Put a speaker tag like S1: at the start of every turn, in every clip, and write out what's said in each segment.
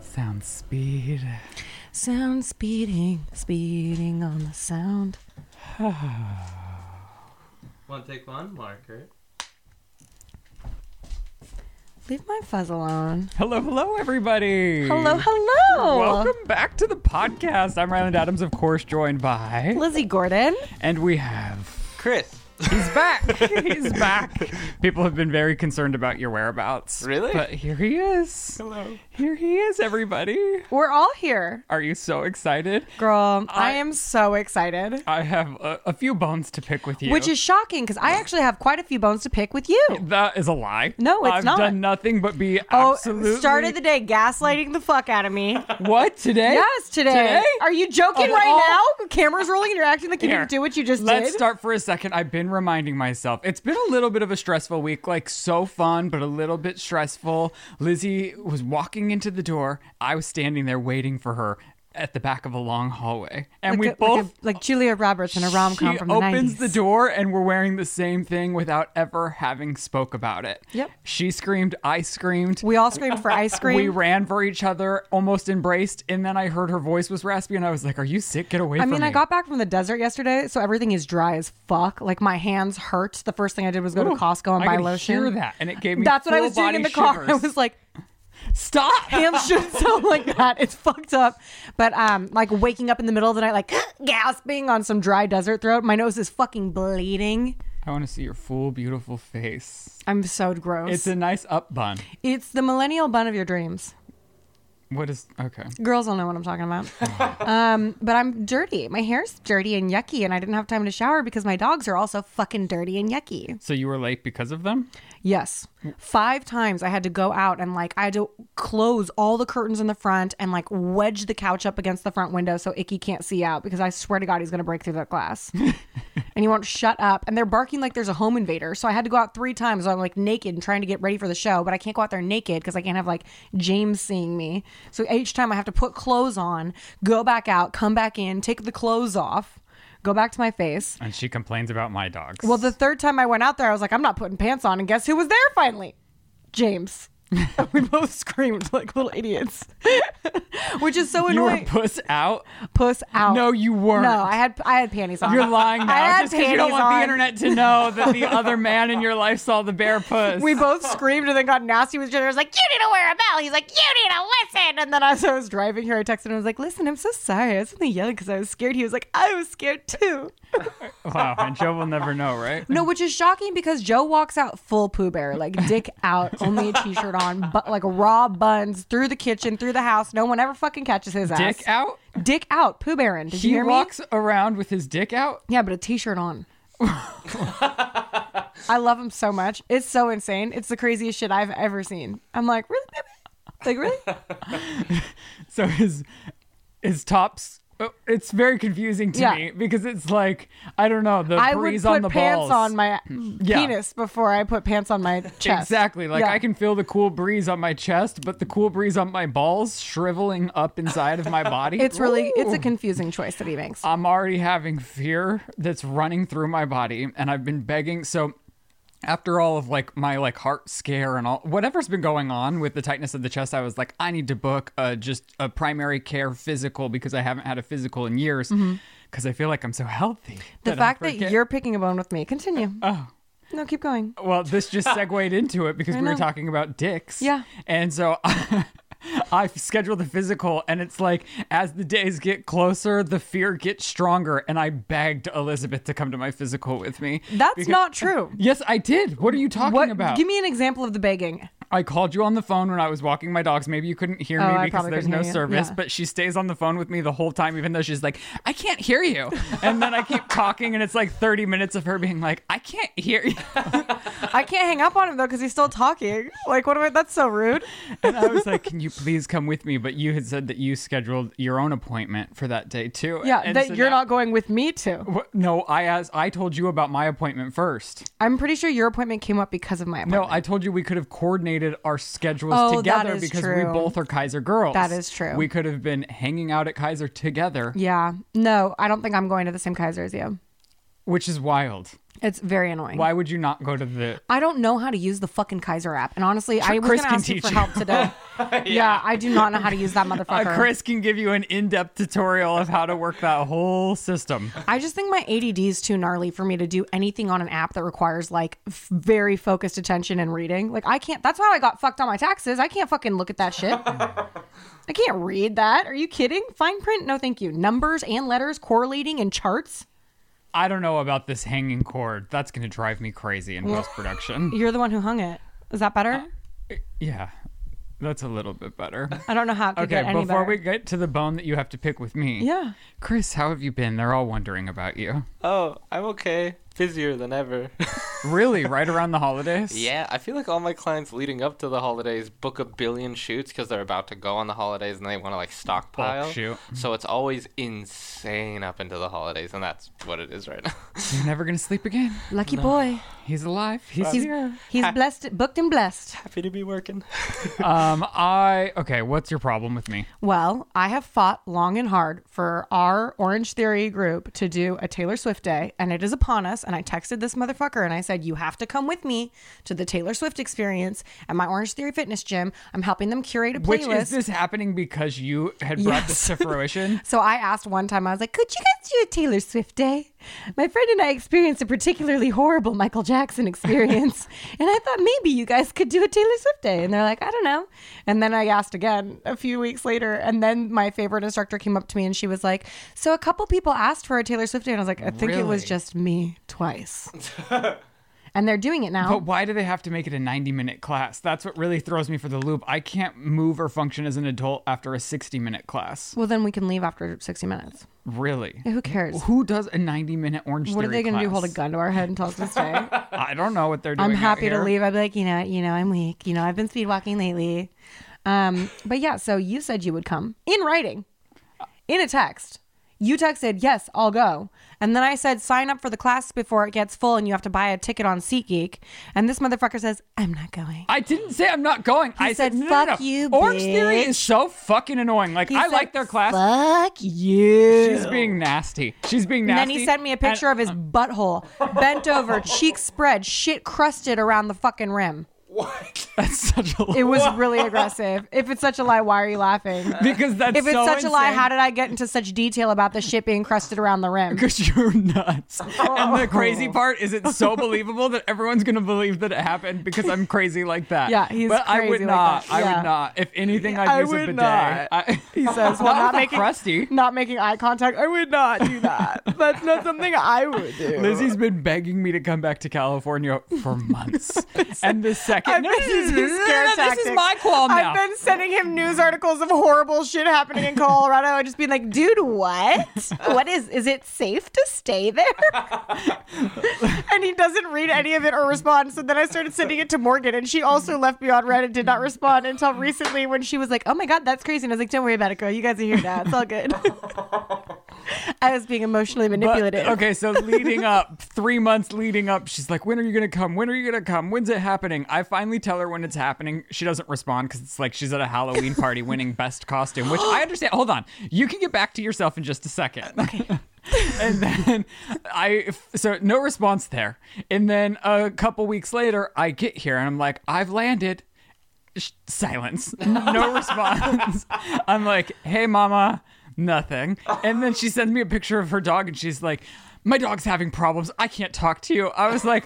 S1: Sound speed.
S2: Sound speeding, speeding on the sound.
S3: Want to take one, Margaret?
S2: Leave my fuzz alone.
S1: Hello, hello, everybody.
S2: Hello, hello.
S1: Welcome back to the podcast. I'm Ryland Adams, of course, joined by.
S2: Lizzie Gordon.
S1: And we have.
S3: Chris.
S1: He's back. He's back. People have been very concerned about your whereabouts.
S3: Really?
S1: But here he is.
S3: Hello.
S1: Here he is, everybody.
S2: We're all here.
S1: Are you so excited?
S2: Girl, I,
S1: I-
S2: am so excited.
S1: I have a, a few bones to pick with you.
S2: Which is shocking because I actually have quite a few bones to pick with you.
S1: That is a lie.
S2: No, it's
S1: I've
S2: not.
S1: done nothing but be
S2: Oh,
S1: absolutely.
S2: started the day gaslighting the fuck out of me.
S1: What today?
S2: yes, today.
S1: Today?
S2: Are you joking
S1: Of
S2: right
S1: all-
S2: now? Camera's rolling and you're acting like you
S1: Here.
S2: didn't do what you just
S1: Let's
S2: did.
S1: start for a second. I've been reminding myself. It's been a little bit of a stressful week, like so fun, but a little bit stressful. Lizzie was walking into the door. I was standing there waiting for her at the back of a long hallway. And
S2: like
S1: we
S2: a-
S1: both
S2: like, a- like Julia Roberts in a rom com
S1: she
S2: from the
S1: opens
S2: 90s.
S1: the door and we're wearing the same thing without ever having spoke about it.
S2: Yep.
S1: She screamed, I screamed.
S2: We all screamed for ice cream.
S1: We ran for each other, almost embraced, and then I heard her voice was raspy, and I was like, "Are you sick? Get away
S2: I
S1: from
S2: mean,
S1: me!"
S2: I got back from the desert yesterday, so everything is dry as fuck. Like my hands hurt. The first thing I did was go to Costco and
S1: I
S2: buy
S1: could
S2: lotion.
S1: hear that, and it gave me
S2: That's what I was
S1: full
S2: doing in the
S1: body
S2: car. I
S1: shivers.
S2: was like, "Ah,
S1: "Stop!"
S2: ham shouldn't sound like that. It's fucked up. But um, like waking up in the middle of the night, like gasping on some dry desert throat. My nose is fucking bleeding.
S1: I want to see your full, beautiful face.
S2: I'm so gross.
S1: It's
S2: It's,
S1: a nice up bun.
S2: the millennial bun of your dreams.
S1: What is okay?
S2: Girls don't know what I'm talking about. um, but I'm dirty. My hair's dirty and yucky, and I didn't have time to shower because my dogs are also fucking dirty and yucky.
S1: So you were late because of them?
S2: Yes. Five times I had to go out and like I had to close all the curtains in the front and like wedge the couch up against the front window so Icky can't see out because I swear to God he's going to break through that glass. and he won't shut up. And they're barking like there's a home invader. So I had to go out three times. So I'm like naked and trying to get ready for the show, but I can't go out there naked because I can't have like James seeing me. So each time I have to put clothes on, go back out, come back in, take the clothes off, go back to my face.
S1: And she complains about my dogs.
S2: Well, the third time I went out there, I was like, I'm not putting pants on. And guess who was there finally? James. we both screamed like little idiots, which is so
S1: you were
S2: annoying.
S1: puss out.
S2: Puss out.
S1: No, you weren't.
S2: No, I had I had panties on.
S1: You're lying now,
S2: I had
S1: just because you don't
S2: panties
S1: want
S2: on.
S1: the internet to know that the other man in your life saw the bare puss.
S2: We both screamed and then got nasty with each other. I was like, "You need to wear a belt." He's like, "You need to listen." And then as I was driving here, I texted him. I was like, "Listen, I'm so sorry. I was only yelling because I was scared." He was like, "I was scared too."
S1: wow, and Joe will never know, right?
S2: No, which is shocking because Joe walks out full Pooh Bear, like dick out, only a t-shirt on, but like raw buns through the kitchen, through the house. No one ever fucking catches his ass.
S1: Dick out.
S2: Dick out, Pooh Bear. Did you
S1: He
S2: hear
S1: walks around with his dick out.
S2: me? Yeah, but a t-shirt on. I love him so much. It's so insane. It's the craziest shit I've ever seen. I'm like, really, baby? Like, really?
S1: So his his tops. oh, It's very confusing to
S2: Yeah.
S1: me because it's like I don't know the
S2: I would
S1: breeze
S2: put
S1: on the
S2: pants
S1: balls.
S2: on my
S1: Yeah.
S2: penis before I put pants on my chest.
S1: Exactly. Like
S2: Yeah.
S1: I can feel the cool breeze on my chest, but the cool breeze on my balls shriveling up inside of my body.
S2: It's really, it's a
S1: Ooh.
S2: confusing choice that he makes.
S1: I'm already having fear that's running through my body, and I've been begging. So, after all of like my like heart scare and all whatever's been going on with the tightness of the chest, I was like, I need to book a just a primary care physical because I haven't had a physical in years because I feel like I'm so healthy.
S2: Mm-hmm. The
S1: that I
S2: fact that
S1: forget-
S2: you're picking a bone with me. Continue.
S1: Oh.
S2: No, keep going.
S1: Well, this just segued into it because
S2: I
S1: we were
S2: know.
S1: talking about dicks.
S2: Yeah.
S1: And so I've scheduled the physical, and it's like as the days get closer, the fear gets stronger. And I begged Elizabeth to come to my physical with me.
S2: That's
S1: because-
S2: not true.
S1: Yes, I did. What are you talking
S2: What?
S1: about?
S2: Give me an example of the begging.
S1: I called you on the phone when I was walking my dogs. Maybe you couldn't hear
S2: Oh, I
S1: me because
S2: probably
S1: there's
S2: couldn't
S1: no
S2: hear you.
S1: service,
S2: Yeah.
S1: but she stays on the phone with me the whole time, even though she's like, I can't hear you. And then I keep talking, and it's like 30 minutes of her being like, I can't hear you.
S2: I can't hang up on him though because he's still talking. Like, what am I? That's so rude.
S1: And I was like, "Can you please come with me?" But you had said that you scheduled your own appointment for that day too.
S2: Yeah,
S1: And
S2: that
S1: so
S2: you're
S1: now-
S2: not going with me to.
S1: Wh- No, I asked. I told you about my appointment first.
S2: I'm pretty sure your appointment came up because of my
S1: No,
S2: appointment.
S1: I told you we could have coordinated our schedules
S2: Oh, that
S1: together
S2: is
S1: because we
S2: true.
S1: both are Kaiser girls.
S2: That is true.
S1: We could have been hanging out at Kaiser together,
S2: Yeah. No, I don't think I'm going to the same Kaiser as you.
S1: which is wild.
S2: It's very annoying.
S1: Why would you not go to the?
S2: I don't know how to use the fucking Kaiser app, and honestly, I was
S1: Chris
S2: gonna
S1: can
S2: ask you for
S1: teach you.
S2: help today. yeah. I do not know how to use that
S1: Uh,
S2: motherfucker.
S1: Chris can give you an in-depth tutorial of how to work that whole system.
S2: I just think my ADD is too gnarly for me to do anything on an app that requires like f- very focused attention and reading. Like I can't. That's how I got fucked on my taxes. I can't fucking look at that shit. I can't read that. Are you kidding? Fine print? No, thank you. Numbers and letters correlating and charts.
S1: I don't know about this hanging cord. That's going to drive me crazy in post production.
S2: You're the one who hung it. Is that
S1: Uh,
S2: better?
S1: yeah, that's a little bit better.
S2: I don't know how it could
S1: Okay,
S2: get any
S1: before
S2: better.
S1: we get to the bone that you have to pick with me.
S2: Yeah.
S1: Chris, how have you been? They're all wondering about you.
S3: Oh, I'm okay. Busier than ever.
S1: Really, right around the holidays?
S3: yeah, I feel like all my clients leading up to the holidays book a billion shoots because they're about to go on the holidays and they want to like stockpile.
S1: shoot.
S3: So it's always insane up into the holidays, and that's what it is right now.
S1: You're never going to sleep again.
S2: Lucky boy.
S1: He's alive. He's,
S2: He's
S1: here.
S2: he's blessed, booked and blessed.
S3: Happy to be working.
S1: Um, I, okay, what's your problem with me?
S2: Well, I have fought long and hard for our Orange Theory group to do a Taylor Swift day, and it is upon us. And I texted this motherfucker and I said, You have to come with me to the Taylor Swift experience at my Orange Theory Fitness Gym. I'm helping them curate a playlist.
S1: Which is this happening because you had brought this to fruition?
S2: So I asked one time, I was like, could you guys do a Taylor Swift day? My friend and I experienced a particularly horrible Michael Jackson experience. and I thought maybe you guys could do a Taylor Swift day. And they're like, I don't know. And then I asked again a few weeks later. And then my favorite instructor came up to me and she was like, So a couple people asked for a Taylor Swift day. And I was like, I think it was
S1: Really?
S2: just me twice. and they're doing it now.
S1: But why do they have to make it a 90 minute class? That's what really throws me for the loop. I can't move or function as an adult after a 60 minute class.
S2: well, then we can leave after 60 minutes.
S1: Really?
S2: Who cares?
S1: Who does a 90 minute orange
S2: what are they
S1: Theory
S2: going to do?
S1: class?
S2: Hold a gun to our head and tell us to stay?
S1: I don't know what they're doing.
S2: I'm
S1: out
S2: happy to
S1: here.
S2: leave. I'd be like, you know, you know, I'm weak. You know, I've been speed walking lately. Um, but yeah, so you said you would come in writing, in a text. You texted, yes, I'll go. And then I said, sign up for the class before it gets full and you have to buy a ticket on SeatGeek. And this motherfucker says, I'm not going.
S1: I didn't say I'm not going. I
S2: said,
S1: no, no, no,
S2: "Fuck
S1: no.
S2: you,
S1: Orange Theory is so fucking annoying. Like
S2: He
S1: I
S2: said,
S1: like their class.
S2: Fuck you.
S1: She's being nasty. She's being
S2: And
S1: nasty.
S2: then he sent me a picture of his butthole, bent over, cheeks spread, shit crusted around the fucking rim.
S3: What?
S1: That's such a.
S2: It was really aggressive. If it's such a lie, why are you laughing?
S1: because that's
S2: If it's
S1: so
S2: such a lie,
S1: insane.
S2: how did I get into such detail about the shit being crusted around the rim?
S1: because you're nuts. And the crazy part is it's so believable that everyone's going to believe that it happened because I'm crazy like that.
S2: Yeah, he's
S1: But I would
S2: crazy like
S1: not.
S2: that.
S1: I
S2: Yeah.
S1: would not. If anything, I'd
S2: I
S1: use a
S2: would
S1: bidet.
S2: not.
S1: I,
S2: He says,
S1: not, not making crusty.
S2: not making eye contact. I would not do that. That's not something I would do.
S1: Lizzie's been begging me to come back to California for months, and the 2nd
S2: I've
S1: no,
S2: been
S1: this is,
S2: using
S1: no,
S2: scare
S1: no, this is
S2: tactics.
S1: my qualm now.
S2: I've been sending him news articles of horrible shit happening in Colorado. I just being like, dude, what? What is? Is it safe to stay there? and he doesn't read any of it or respond. So then I started sending it to Morgan, and she also left me on red and did not respond until recently when she was like, "Oh my god, that's crazy." And I was like, "Don't worry about it, girl. You guys are here now. It's all good." I was being emotionally
S1: But-
S2: manipulative.
S1: okay, so leading up, three months leading up, she's like, When are you going to come? When are you going to come? When's it happening? I finally tell her when it's happening. She doesn't respond because it's like she's at a Halloween party winning best costume, which I understand. Hold on. You can get back to yourself in just a second. Okay. and then I, so no response there. And then a couple weeks later, I get here and I'm like, I've landed. Sh- silence no response i'm like hey mama nothing and then she sends me a picture of her dog and she's like my dog's having problems i can't talk to you i was like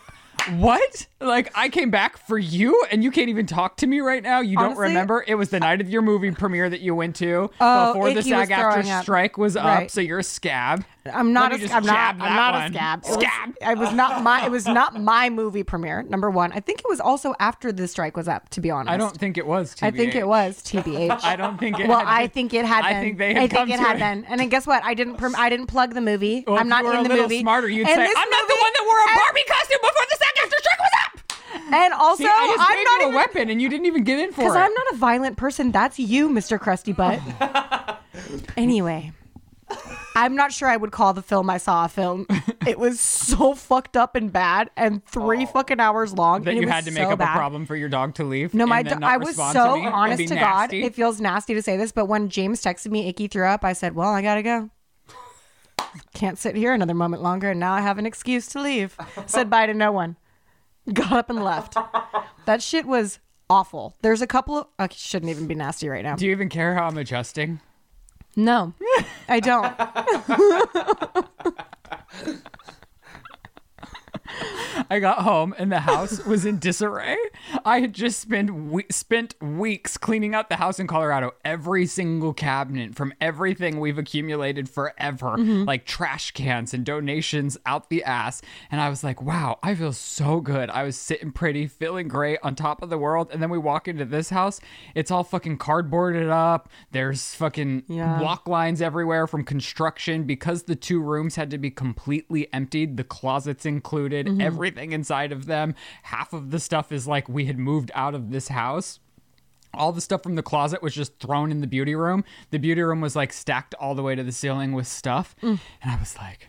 S1: what like i came back for you and you can't even talk to me right now you don't
S2: Honestly-
S1: remember it was the night of your movie premiere that you went to
S2: Oh,
S1: before the
S2: Icky was
S1: sag after
S2: throwing up.
S1: strike was up
S2: Right.
S1: so you're a scab
S2: I'm not.
S1: Let me
S2: A,
S1: just
S2: I'm not.
S1: jab
S2: I'm
S1: that
S2: not
S1: one.
S2: a scab. It was-
S1: Scab.
S2: It was not my. It was not my movie premiere. Number one. I think it was also after the strike was up. To be honest,
S1: i don't think it was TBH.
S2: I think it was TBH.
S1: i don't think it
S2: well,
S1: had
S2: I
S1: been-
S2: think it had.
S1: I
S2: Been.
S1: think they had
S2: I think
S1: come
S2: it
S1: to
S2: had
S1: it.
S2: been. And then guess what? I didn't. Prom- I didn't plug the movie.
S1: Well, if
S2: I'm not
S1: you were
S2: in
S1: a
S2: the
S1: little
S2: movie.
S1: Smarter, you'd
S2: And
S1: say,
S2: this
S1: "I'm not the
S2: movie-
S1: one that wore a Barbie costume before the SAG after strike was up."
S2: And also,
S1: See, I just
S2: I'm
S1: gave
S2: not
S1: you
S2: even
S1: a weapon, and you didn't even get in for it.
S2: Because I'm not a violent person. That's you, Mr. Krusty Butt. anyway, I'm not sure I would call the film I saw a film. It was so fucked up and bad and three fucking hours long.
S1: Oh. that
S2: and it
S1: you
S2: was
S1: had to make
S2: so
S1: up
S2: bad.
S1: a problem for your dog to leave.
S2: No, my
S1: and then
S2: do-
S1: not
S2: I was
S1: respond
S2: so
S1: to me and be
S2: honest to God.
S1: nasty?
S2: It feels nasty to say this, but when James texted me, Icky threw up. I said, "Well, I gotta go." Can't sit here another moment longer, and now I have an excuse to leave. Said bye to no one. Got up and left. That shit was awful. There's a couple of. I shouldn't even be nasty right now.
S1: Do you even care how I'm adjusting?
S2: No, I don't.
S1: I got home and the house was in disarray. I had just spent we- spent weeks cleaning out the house in Colorado. Every single cabinet from everything we've accumulated forever, like trash cans and donations out the ass. And I was like, "Wow, I feel so good." I was sitting pretty, feeling great, on top of the world. And then we walk into this house. It's all fucking cardboarded up. There's fucking
S2: Yeah.
S1: walk chalk lines everywhere from construction because the two rooms had to be completely emptied, the closets included, everything inside of them. Half of the stuff is like we had moved out of this house. All the stuff from the closet was just thrown in the beauty room. The beauty room was like stacked all the way to the ceiling with stuff. And I was like,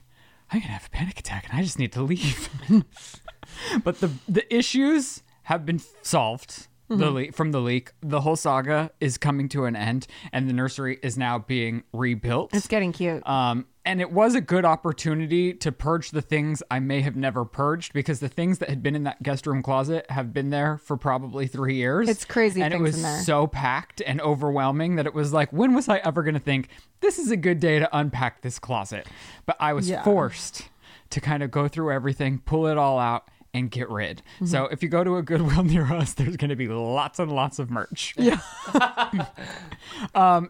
S1: I'm going to have a panic attack and I just need to leave. but the the issues have been solved. The le- from the leak, the whole saga is coming to an end, and the nursery is now being rebuilt.
S2: It's getting cute.
S1: Um, and it was a good opportunity to purge the things I may have never purged because the things that had been in that guest room closet have been there for probably three years.
S2: It's crazy
S1: and it
S2: things
S1: was
S2: in there.
S1: so packed and overwhelming that it was like, when was I ever going to think this is a good day to unpack this closet? But I was
S2: Yeah.
S1: forced to kind of go through everything, pull it all out. And get rid.
S2: Mm-hmm.
S1: So if you go to a Goodwill near us, there's going to be lots and lots of merch.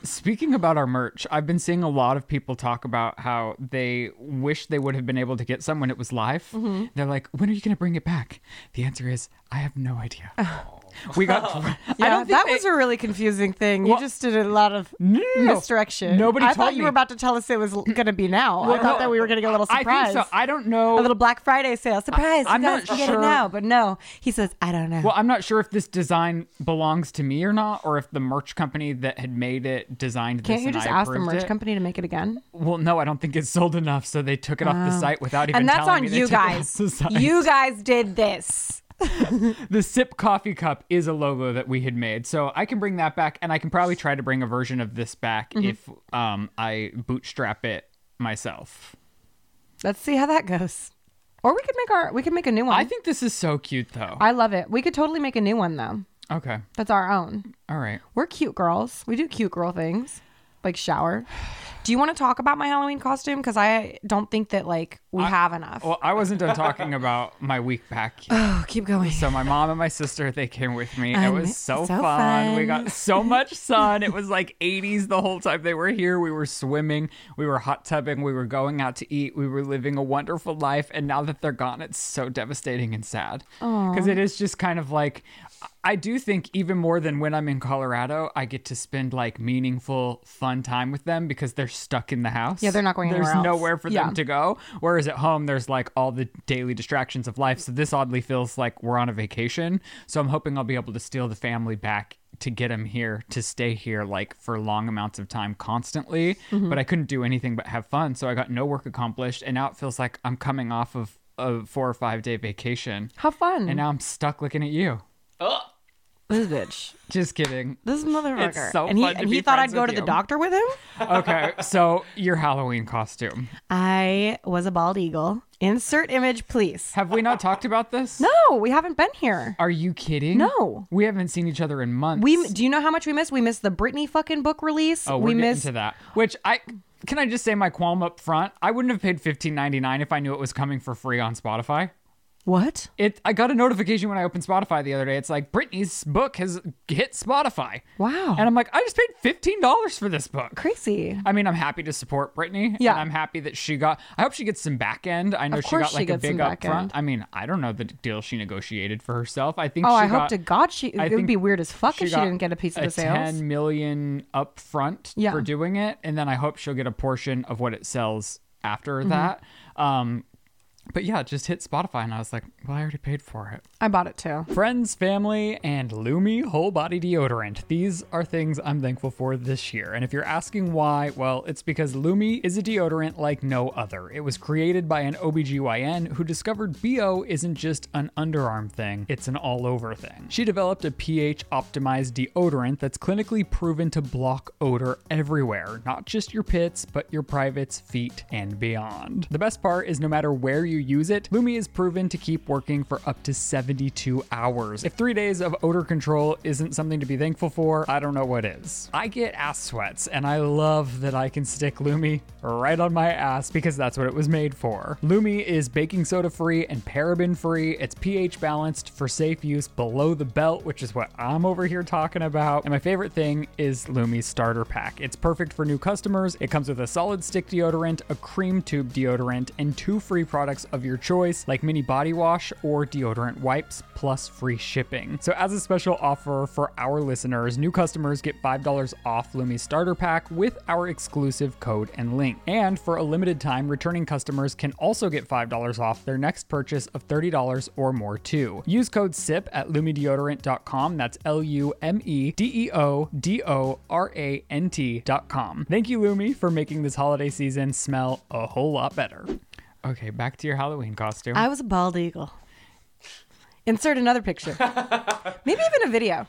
S1: Speaking about our merch, I've been seeing a lot of people talk about how they wish they would have been able to get some when it was live.
S2: Mm-hmm.
S1: They're like, when are you going to bring it back? The answer is, I have no idea. we got. I
S2: yeah,
S1: don't think
S2: that
S1: they-
S2: was a really confusing thing.
S1: Well-
S2: you just did a lot of
S1: No, no, no.
S2: misdirection.
S1: Nobody
S2: I
S1: told
S2: thought you
S1: me.
S2: were about to tell us it was going to be now. I thought
S1: no,
S2: that we were going to get a little
S1: I
S2: surprise.
S1: think so. I don't know.
S2: a little Black Friday sale. Surprise!
S1: I'm
S2: you guys
S1: not
S2: can get
S1: sure.
S2: it now, but no, he says I don't know.
S1: well, I'm not sure if this design belongs to me or not, or if the merch company that had made it designed this.
S2: Can't you
S1: and
S2: just
S1: I
S2: ask the
S1: approved
S2: merch
S1: it.
S2: company to make it again?
S1: Well, no, I don't think it's sold enough, so they took it off the site without even
S2: and that's
S1: telling me
S2: on
S1: they
S2: you
S1: took it off
S2: guys.
S1: the site.
S2: You guys did this.
S1: the sip coffee cup is a logo that we had made so i can bring that back and i can probably try to bring a version of this back if um, i bootstrap it myself
S2: Let's see how that goes. Or we could make our we could make a new one.
S1: i think this is so cute though
S2: I love it. We could totally make a new one though.
S1: okay
S2: That's our own.
S1: all right
S2: We're cute girls. We do cute girl things, like shower. Do you want to talk about my Halloween costume? Because I don't think that like we have enough.
S1: well i wasn't done talking about my week back
S2: oh, keep going.
S1: so my mom and my sister they came with me it
S2: Um,
S1: was so,
S2: so
S1: fun. we
S2: fun.
S1: got so much sun it was like 80s the whole time they were here we were swimming we were hot tubbing we were going out to eat we were living a wonderful life and now that they're gone it's so devastating and sad because it is just kind of like i do think even more than when i'm in colorado i get to spend like meaningful fun time with them because they're stuck in the house
S2: Yeah, they're not going
S1: there's
S2: anywhere else.
S1: nowhere for
S2: Yeah.
S1: them to go. Whereas at home, there's like all the daily distractions of life. So this oddly feels like we're on a vacation. So I'm hoping I'll be able to steal the family back to get them here to stay here like for long amounts of time constantly.
S2: Mm-hmm.
S1: But I couldn't do anything but have fun. So I got no work accomplished. And now it feels like I'm coming off of a four or five day vacation.
S2: How fun!
S1: And now I'm stuck looking at you.
S3: Ugh.
S2: this bitch,
S1: Just kidding.
S2: this motherfucker,
S1: so
S2: and he
S1: fun to
S2: and
S1: be
S2: he thought I'd
S1: friends
S2: go
S1: with
S2: to the
S1: you.
S2: doctor with him.
S1: Okay. so your Halloween costume.
S2: I was a bald eagle. Insert image, please.
S1: Have we not talked about this?
S2: No, we haven't been here.
S1: Are you kidding?
S2: No.
S1: We haven't seen each other in months.
S2: We do you know how much we missed? We missed the Britney fucking book release.
S1: Oh, we're
S2: we
S1: getting
S2: missed
S1: to that. Which I can I just say my qualm up front. I wouldn't have paid fifteen ninety nine if I knew it was coming for free on Spotify.
S2: what?
S1: It I got a notification when I opened Spotify the other day. It's like Britney's book has hit Spotify.
S2: Wow.
S1: And I'm like, I just paid fifteen dollars for this book.
S2: Crazy.
S1: I mean, I'm happy to support Britney.
S2: Yeah.
S1: And I'm happy that she got, I hope she gets some back end. I know
S2: Of
S1: she
S2: course
S1: got
S2: she
S1: like a
S2: gets some
S1: big
S2: back
S1: upfront.
S2: end.
S1: I mean, I don't know the deal she negotiated for herself. I think
S2: Oh,
S1: she
S2: I hope
S1: got,
S2: to God she.
S1: I
S2: it would
S1: think
S2: be weird as fuck if she
S1: got
S2: didn't get a piece of
S1: a
S2: the sales.
S1: 10 million upfront
S2: Yeah.
S1: for
S2: Mm-hmm.
S1: doing it and then i hope she'll get a portion of what it sells after that um But yeah, it just hit Spotify and I was like, well, I already paid for it.
S2: I bought it too.
S1: Friends, family, and Lumi whole body deodorant. These are things I'm thankful for this year. And if you're asking why, well, it's because Lumi is a deodorant like no other. It was created by an OBGYN who discovered BO isn't just an underarm thing, it's an all over thing. She developed a pH optimized deodorant that's clinically proven to block odor everywhere, not just your pits, but your privates, feet, and beyond. The best part is no matter where you use it, Lumi is proven to keep working for up to 72 hours. If three days of odor control isn't something to be thankful for, I don't know what is. I get ass sweats, and I love that I can stick Lumi right on my ass because that's what it was made for. Lumi is baking soda free and paraben free. It's pH balanced for safe use below the belt, which is what I'm over here talking about. And my favorite thing is Lumi's starter pack. It's perfect for new customers. It comes with a solid stick deodorant, a cream tube deodorant, and two free products of your choice, like mini body wash or deodorant wipes, plus free shipping. So, as a special offer for our listeners, new customers get $5 off Lumi's starter pack with our exclusive code and link. And for a limited time, returning customers can also get $5 off their next purchase of $30 or more, too. Use code SIP at lumideodorant.com. That's L U M E D E O D O R A N T.com. Thank you, Lumi, for making this holiday season smell a whole lot better. Okay, back to your Halloween costume.
S2: I was a bald eagle. Insert another picture. Maybe even a video.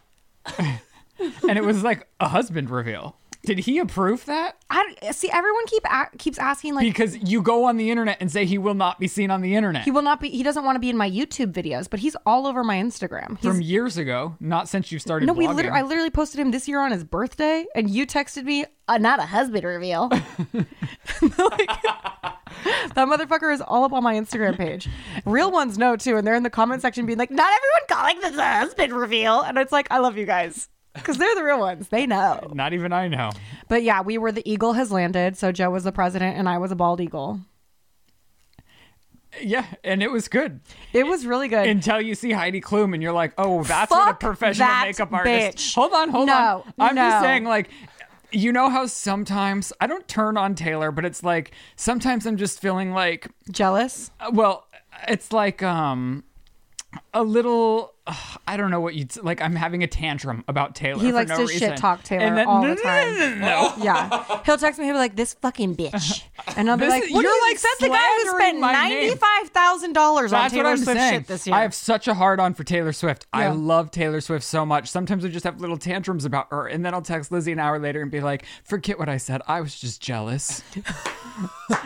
S1: and it was like a husband reveal. Did he approve that?
S2: I don't- see everyone keep a- keeps asking like
S1: Because you go on the internet and say he will not be seen on the internet
S2: he will not be he doesn't want to be in my YouTube videos, but he's all over my Instagram. He's
S1: from years ago, not since you started.
S2: No, we
S1: blogging.
S2: literally I literally posted him this year on his birthday and you texted me uh, not a husband reveal. Like, that motherfucker is all up on my Instagram page. Real ones know too, and they're in the comment section being like, "Not everyone calling this a husband reveal," and it's like, I love you guys because they're the real ones. They know.
S1: Not even I know.
S2: But yeah, we were the eagle has landed. So Joe was the president, and I was a bald eagle.
S1: Yeah, and it was good
S2: It was really good.
S1: until you see Heidi Klum and you're like, oh, that's what a
S2: Fuck
S1: professional
S2: that
S1: makeup artist.
S2: bitch.
S1: Hold on, hold
S2: No,
S1: on. I'm just
S2: no.
S1: saying, like. You know how sometimes I don't turn on Taylor, but it's like sometimes I'm just feeling like
S2: Jealous.
S1: well it's like um a little ugh, i don't know what you'd like i'm having a tantrum about taylor
S2: He
S1: for
S2: likes
S1: no
S2: to
S1: reason.
S2: shit talk Taylor
S1: And then-
S2: all
S1: no,
S2: the
S1: no,
S2: time.
S1: no, no, no, no.
S2: Yeah, he'll text me. He'll be like, "This fucking bitch," and I'll be
S1: This
S2: like,
S1: is-
S2: "What
S1: you're,
S2: are you?
S1: like,
S2: that's the guy who
S1: slandering
S2: spent
S1: my name."
S2: ninety five thousand dollars on
S1: that's what
S2: Taylor
S1: i'm
S2: Swift
S1: saying
S2: shit this year."
S1: i have such a hard on for taylor swift i
S2: Yeah.
S1: love taylor swift so much sometimes i just have little tantrums about her and then i'll text lizzie an hour later and be like forget what i said i was just jealous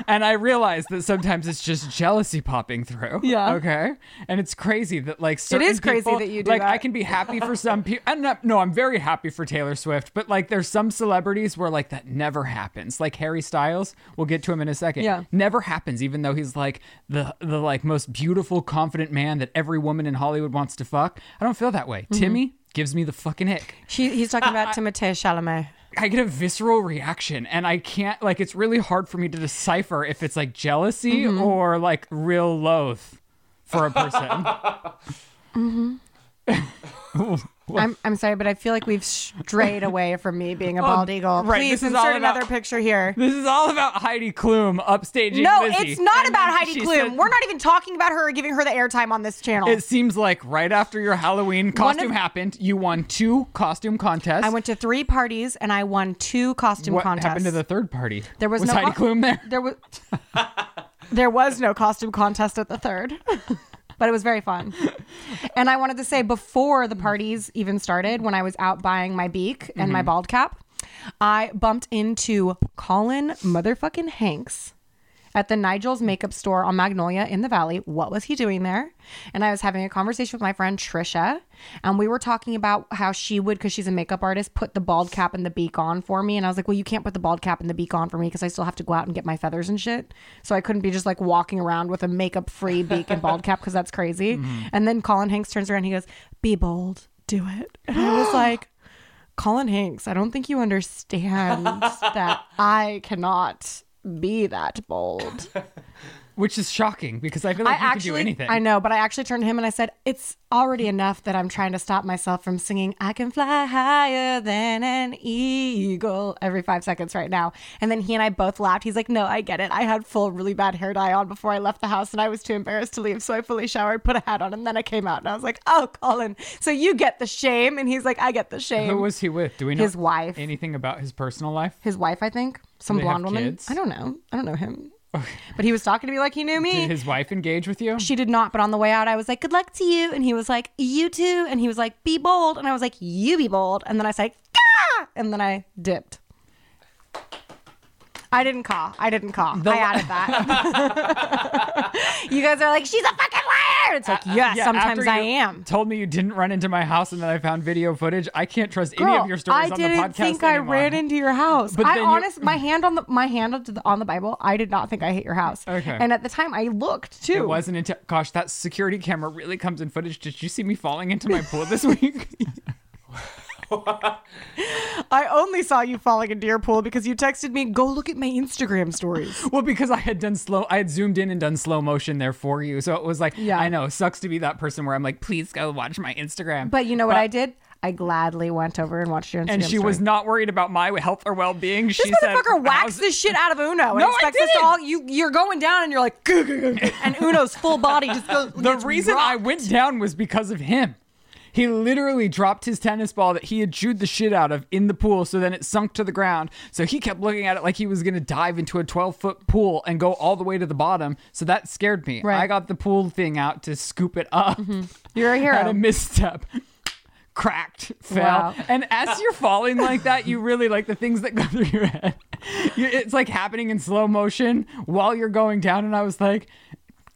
S1: and i realize that sometimes it's just jealousy popping through
S2: Yeah.
S1: okay and it's crazy that like certain
S2: is crazy
S1: people-
S2: that you do
S1: like
S2: that.
S1: i can can be happy for some people. I'm not, no, I'm very happy for Taylor Swift, but like there's some celebrities where like that never happens. Like Harry Styles, we'll get to him in a second.
S2: Yeah.
S1: Never happens, even though he's like the the like most beautiful, confident man that every woman in Hollywood wants to fuck. I don't feel that way.
S2: Mm-hmm.
S1: Timmy gives me the fucking ick.
S2: She, he's talking about Timothée Chalamet.
S1: I get a visceral reaction and I can't like it's really hard for me to decipher if it's like jealousy
S2: Mm-hmm.
S1: or like real loath for a person.
S2: I'm, I'm sorry, but I feel like we've strayed away from me being a bald eagle.
S1: Oh, right,
S2: Please
S1: this is
S2: insert
S1: all about-
S2: another picture here.
S1: This is all about Heidi Klum upstaging
S2: No,
S1: Lizzie.
S2: it's not
S1: And
S2: about
S1: then
S2: Heidi
S1: she
S2: Klum.
S1: said-
S2: We're not even talking about her or giving her the airtime on this channel.
S1: It seems like right after your Halloween costume
S2: of-
S1: happened, you won two costume contests.
S2: I went to three parties and I won two costume
S1: What
S2: contests.
S1: happened to the third party?
S2: There was no
S1: Heidi
S2: co-
S1: Klum there.
S2: There was there was no costume contest at the third, but it was very fun. And I wanted to say before the parties even started, when I was out buying my beak and my bald cap, I bumped into Colin motherfucking Hanks at the Nigel's makeup store on Magnolia in the Valley. What was he doing there? And I was having a conversation with my friend Trisha, and we were talking about how she would, because she's a makeup artist, put the bald cap and the beak on for me. And I was like, well, you can't put the bald cap and the beak on for me because I still have to go out and get my feathers and shit. So I couldn't be just like walking around with a makeup free beak and bald cap because that's crazy. And then Colin Hanks turns around, and he goes, be bold, do it. And I was like, Colin Hanks, I don't think you understand that I cannot be that bold.
S1: which is shocking because I feel like
S2: I
S1: you could do
S2: actually,
S1: anything.
S2: I know, but I actually turned to him and I said, "It's already enough that I'm trying to stop myself from singing. I can fly higher than an eagle every five seconds right now." And then he and I both laughed. He's like, "No, I get it. I had full, really bad hair dye on before I left the house, and I was too embarrassed to leave, so I fully showered, put a hat on, and then I came out, and I was like, "Oh, Colin, so you get the shame?" And he's like, "I get the shame."
S1: Who was he with? Do we know
S2: His wife.
S1: anything about his personal life?
S2: his wife, I think, some
S1: They have
S2: blonde woman.
S1: kids?
S2: I don't know. I don't know him, but he was talking to me like he knew me.
S1: Did his wife engage with you?
S2: She did not, but on the way out, I was like, good luck to you. And he was like, you too. And he was like, be bold. And I was like, you be bold. And then I said, ah! And then I dipped. I didn't caw. I didn't caw. I added that. you guys are like, she's a fucking liar. It's like,
S1: Uh,
S2: yes,
S1: Yeah,
S2: sometimes
S1: after
S2: I
S1: you
S2: am.
S1: Told me you didn't run into my house and then I found video footage. I can't trust any
S2: Girl,
S1: of your stories
S2: I
S1: on the
S2: didn't
S1: podcast.
S2: think
S1: anymore.
S2: I ran into your house.
S1: But
S2: I
S1: then you-
S2: honest, my hand on the my hand on the, on the Bible. I did not think I hit your house.
S1: Okay.
S2: And at the time, I looked too.
S1: It wasn't into. Gosh, that security camera really comes in footage. Did you see me falling into my pool this week?
S2: I only saw you falling into your pool because you texted me, go look at my Instagram stories.
S1: well, because I had done slow. I had zoomed in and done slow motion there for you. So it was like,
S2: Yeah.
S1: I know. Sucks to be that person where I'm like, please go watch my Instagram. Uh,
S2: But you know what I did? I gladly went over and watched your Instagram
S1: and she was
S2: story.
S1: not worried about my health or well being. She
S2: This
S1: said,
S2: motherfucker whacks
S1: "How's-
S2: the shit out of Uno and
S1: No, I
S2: expects us to
S1: didn't.
S2: all you you're going down and you're like "Gah, gah, gah, gah," and Uno's full body just goes
S1: The reason I went down was because of him. He literally dropped his tennis ball that he had chewed the shit out of in the pool, so then it sunk to the ground. So he kept looking at it like he was gonna dive into a 12 foot pool and go all the way to the bottom. So that scared me.
S2: Right. Mm-hmm.
S1: I got the pool thing out to scoop it up.
S2: You're a
S1: Had a
S2: hero.
S1: misstep. Cracked, fell,
S2: Oh. Wow.
S1: and as you're falling like that, you really like the things that go through your head. You, it's like happening in slow motion while you're going down, and I was like,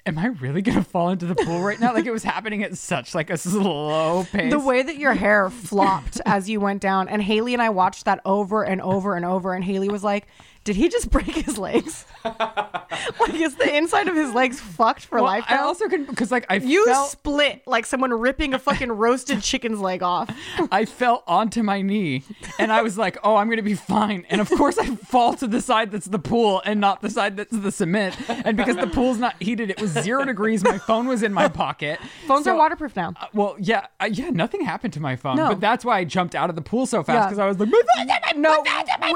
S1: "Am I really gonna fall into the pool right now?" Like it was happening at such like a slow pace.
S2: The way that your hair flopped as you went down, and Haley and I watched that over and over and over, and Haley was like, "Did he just break his legs? like, is the inside of his legs fucked for
S1: Well,
S2: life?"
S1: I
S2: now?
S1: also couldn't because like I
S2: You
S1: fell,
S2: split like someone ripping a fucking roasted chicken's leg off.
S1: I fell onto my knee, and I was like, "Oh, I'm gonna be fine." And of course, I fall to the side that's the pool and not the side that's the cement. And because the pool's not heated, it was zero degrees. My phone was in my pocket.
S2: Phones
S1: So-
S2: are waterproof now.
S1: Uh, well, yeah, uh, yeah. Nothing happened to my phone,
S2: No.
S1: but that's why I jumped out of the pool so fast
S2: Yeah.
S1: because I was like, "My phone's in my
S2: No,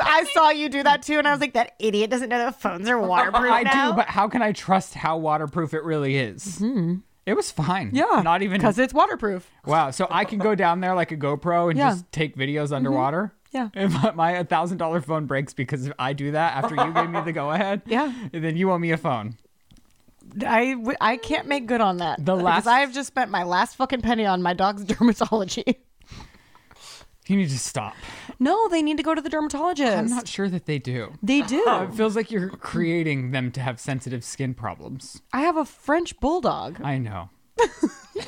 S2: I saw you do that too, and I was like, that idiot doesn't know that phones are waterproof
S1: I
S2: now.
S1: do, but how can I trust how waterproof it really is? It was fine.
S2: Mm-hmm. yeah,
S1: Not even.
S2: because it's waterproof.
S1: wow. So I can go down there like a GoPro and
S2: Yeah. Mm-hmm.
S1: just take videos underwater.
S2: Yeah.
S1: If my thousand dollar phone breaks because I do that after you gave me the go ahead,
S2: Yeah.
S1: then you owe me a phone.
S2: I, w- I can't make good on that.
S1: The last-
S2: because I have just spent my last fucking penny on my dog's dermatology.
S1: You need to stop.
S2: No, they need to go to the dermatologist.
S1: I'm not sure that they do.
S2: They do.
S1: It feels like you're creating them to have sensitive skin problems.
S2: I have a French bulldog.
S1: I know.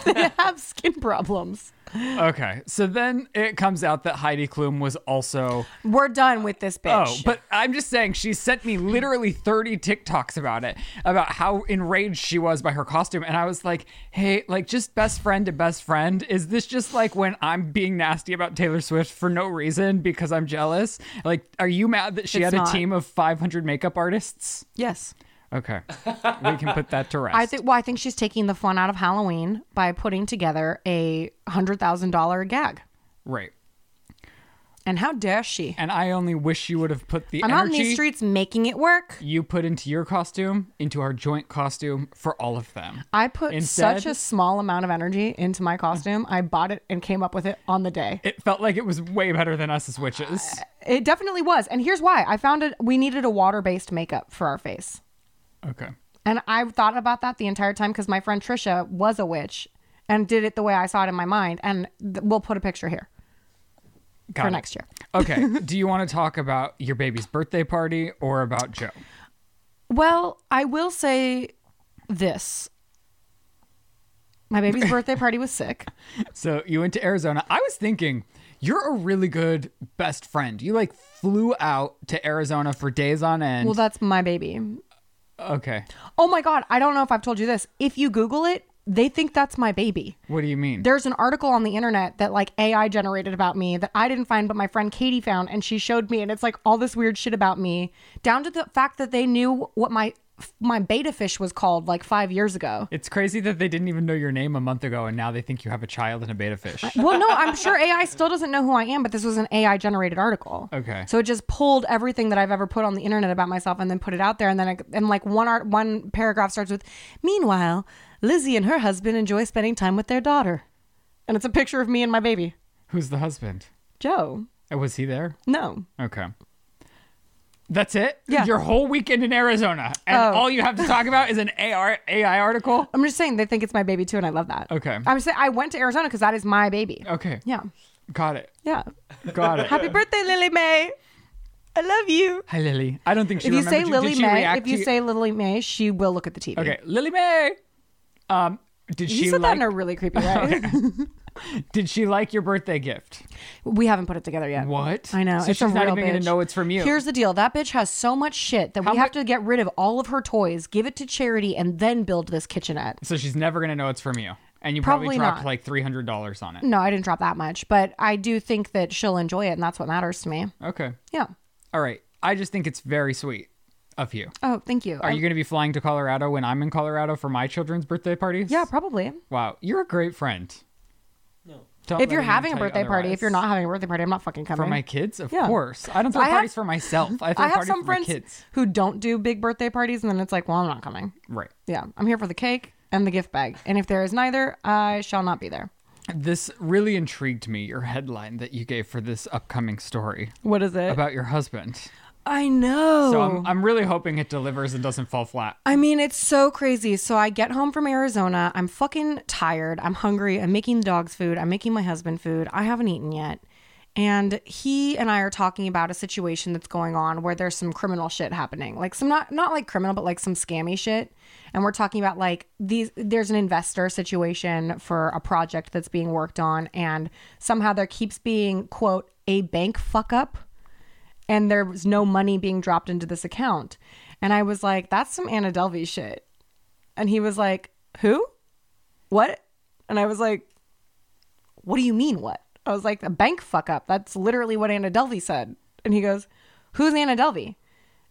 S2: They have skin problems.
S1: Okay, so then it comes out that Heidi Klum was also.
S2: We're done with this bitch.
S1: Oh, but I'm just saying she sent me literally 30 TikToks about it, about how enraged she was by her costume, and I was like, hey, like just best friend to best friend. Is this just like when I'm being nasty about Taylor Swift for no reason because I'm jealous? Like, are you mad that she
S2: It's
S1: had a
S2: not.
S1: team of 500 makeup artists?
S2: yes.
S1: Okay, we can put that to rest.
S2: I think. Well, I think she's taking the fun out of Halloween by putting together a hundred thousand dollar gag.
S1: right.
S2: And how dare she?
S1: And I only wish you would have put the
S2: I'm out in
S1: energy
S2: these streets making it work.
S1: you put into your costume into our joint costume for all of them.
S2: I put
S1: Instead-
S2: such a small amount of energy into my costume. I bought it and came up with it on the day.
S1: It felt like it was way better than us as witches.
S2: It definitely was. And here's why. I found it we needed a water-based makeup for our face.
S1: Okay.
S2: And I thought about that the entire time because my friend Trisha was a witch and did it the way I saw it in my mind. And th- we'll put a picture here
S1: Got
S2: for
S1: it.
S2: next year.
S1: okay. Do you want to talk about your baby's birthday party or about Joe?
S2: Well, I will say this. My baby's birthday party was sick.
S1: So you went to Arizona. I was thinking, you're a really good best friend. You like flew out to Arizona for days on end.
S2: Well, that's my baby.
S1: okay.
S2: Oh my God. I don't know if I've told you this. If you Google it, they think that's my baby.
S1: What do you mean?
S2: There's an article on the internet that like AI generated about me that I didn't find, but my friend Katie found and she showed me. And it's like all this weird shit about me, down to the fact that they knew what my f- my beta fish was called like five years ago.
S1: It's crazy that they didn't even know your name a month ago, and now they think you have a child and a beta fish.
S2: Well, no, I'm sure AI still doesn't know who I am, but this was an AI generated article.
S1: Okay.
S2: So it just pulled everything that I've ever put on the internet about myself and then put it out there, and then I, and like one art one paragraph starts with, "Meanwhile, Lizzie and her husband enjoy spending time with their daughter," and it's a picture of me and my baby,
S1: Who's the husband?
S2: Joe.
S1: Uh, Was he there?
S2: No.
S1: Okay. That's it?
S2: Yeah.
S1: Your whole weekend in Arizona. And
S2: Oh.
S1: all you have to talk about is an AR, AI article?
S2: I'm just saying they think it's my baby too, and I love that.
S1: Okay.
S2: I'm saying I went to Arizona because that is my baby.
S1: Okay.
S2: Yeah.
S1: Got it.
S2: Yeah.
S1: Got it.
S2: Happy birthday, Lily May. I love you.
S1: Hi, Lily. I don't think she
S2: If you say
S1: remembered Did
S2: Lily
S1: she
S2: May,
S1: react
S2: if you,
S1: to
S2: say Lily May, she will look at the TV.
S1: Okay, Lily May. Um, did
S2: You
S1: she
S2: said
S1: like?
S2: that in a really creepy way.
S1: Did she like your birthday gift?
S2: we haven't put it together yet.
S1: What?
S2: I know.
S1: So
S2: it's
S1: she's
S2: a
S1: not
S2: real
S1: even gonna
S2: bitch.
S1: know it's from you.
S2: Here's the deal. That bitch has so much shit that
S1: How
S2: we have
S1: mu-
S2: to get rid of all of her toys, give it to charity, and then build this kitchenette.
S1: So she's never gonna know it's from you, and you probably,
S2: Probably
S1: dropped
S2: not.
S1: like three hundred dollars on it.
S2: No, I didn't drop that much, but I do think that she'll enjoy it, and that's what matters to me.
S1: Okay,
S2: Yeah.
S1: all right. I just think it's very sweet of you.
S2: Oh, thank you.
S1: Are you gonna be flying to Colorado when I'm in Colorado for my children's birthday parties?
S2: yeah, probably.
S1: Wow, you're a great friend. No.
S2: if you're having a birthday party, if you're not having a birthday party, I'm not fucking coming.
S1: for my kids, of
S2: Yeah.
S1: course. I don't throw
S2: I have-
S1: parties for myself. I throw
S2: I have
S1: parties
S2: some
S1: for my
S2: friends
S1: kids.
S2: who don't do big birthday parties, and then it's like, well, I'm not coming.
S1: Right.
S2: Yeah, I'm here for the cake and the gift bag. And if there is neither, I shall not be there.
S1: This really intrigued me, your headline that you gave for this upcoming story
S2: What is it?
S1: about your husband.
S2: I know.
S1: So I'm, I'm really hoping it delivers and doesn't fall flat.
S2: I mean, it's so crazy. So I get home from Arizona. I'm fucking tired. I'm hungry. I'm making the dogs food. I'm making my husband food. I haven't eaten yet. And he and I are talking about a situation that's going on where there's some criminal shit happening. Like some not not like criminal, but like some scammy shit. And we're talking about like these there's an investor situation for a project that's being worked on and somehow there keeps being quote a bank fuck up and there was no money being dropped into this account. And I was like, that's some Anna Delvey shit. And he was like, who? What? And I was like, what do you mean what? I was like, a bank fuck up. That's literally what Anna Delvey said. And he goes, who's Anna Delvey?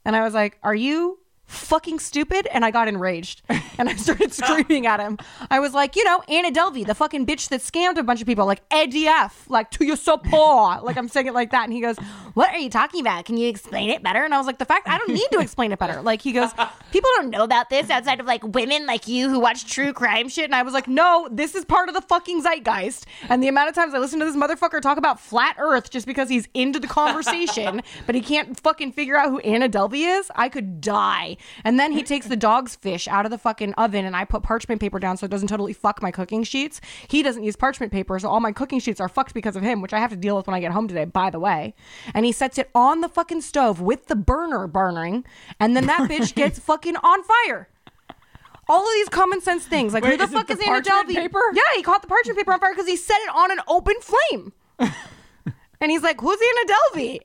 S2: And I was like, are you fucking stupid? And I got enraged and I started screaming at him. I was like, you know, Anna Delvey, the fucking bitch that scammed a bunch of people, like ADF, like to your support. Like I'm saying it like that. And he goes, what are you talking about? Can you explain it better? And I was like, the fact I don't need to explain it better. Like he goes, people don't know about this outside of like women like you who watch true crime shit. And I was like, no, this is part of the fucking zeitgeist. And the amount of times I listen to this motherfucker talk about flat earth just because he's into the conversation, but he can't fucking figure out who Anna Delvey is, I could die. And then he takes the dog's fish out of the fucking oven and I put parchment paper down so it doesn't totally fuck my cooking sheets. He doesn't use parchment paper, so all my cooking sheets are fucked because of him, which I have to deal with when I get home today, by the way. And he sets it on the fucking stove with the burner burning, and then that bitch gets fucking on fire. All of these common sense things, like
S1: Wait,
S2: who the
S1: is it
S2: fuck
S1: the
S2: is Anna
S1: parchment
S2: Delvey?
S1: paper?
S2: Yeah, he caught the parchment paper on fire because he set it on an open flame. and he's like, "Who's Anna Delvey?"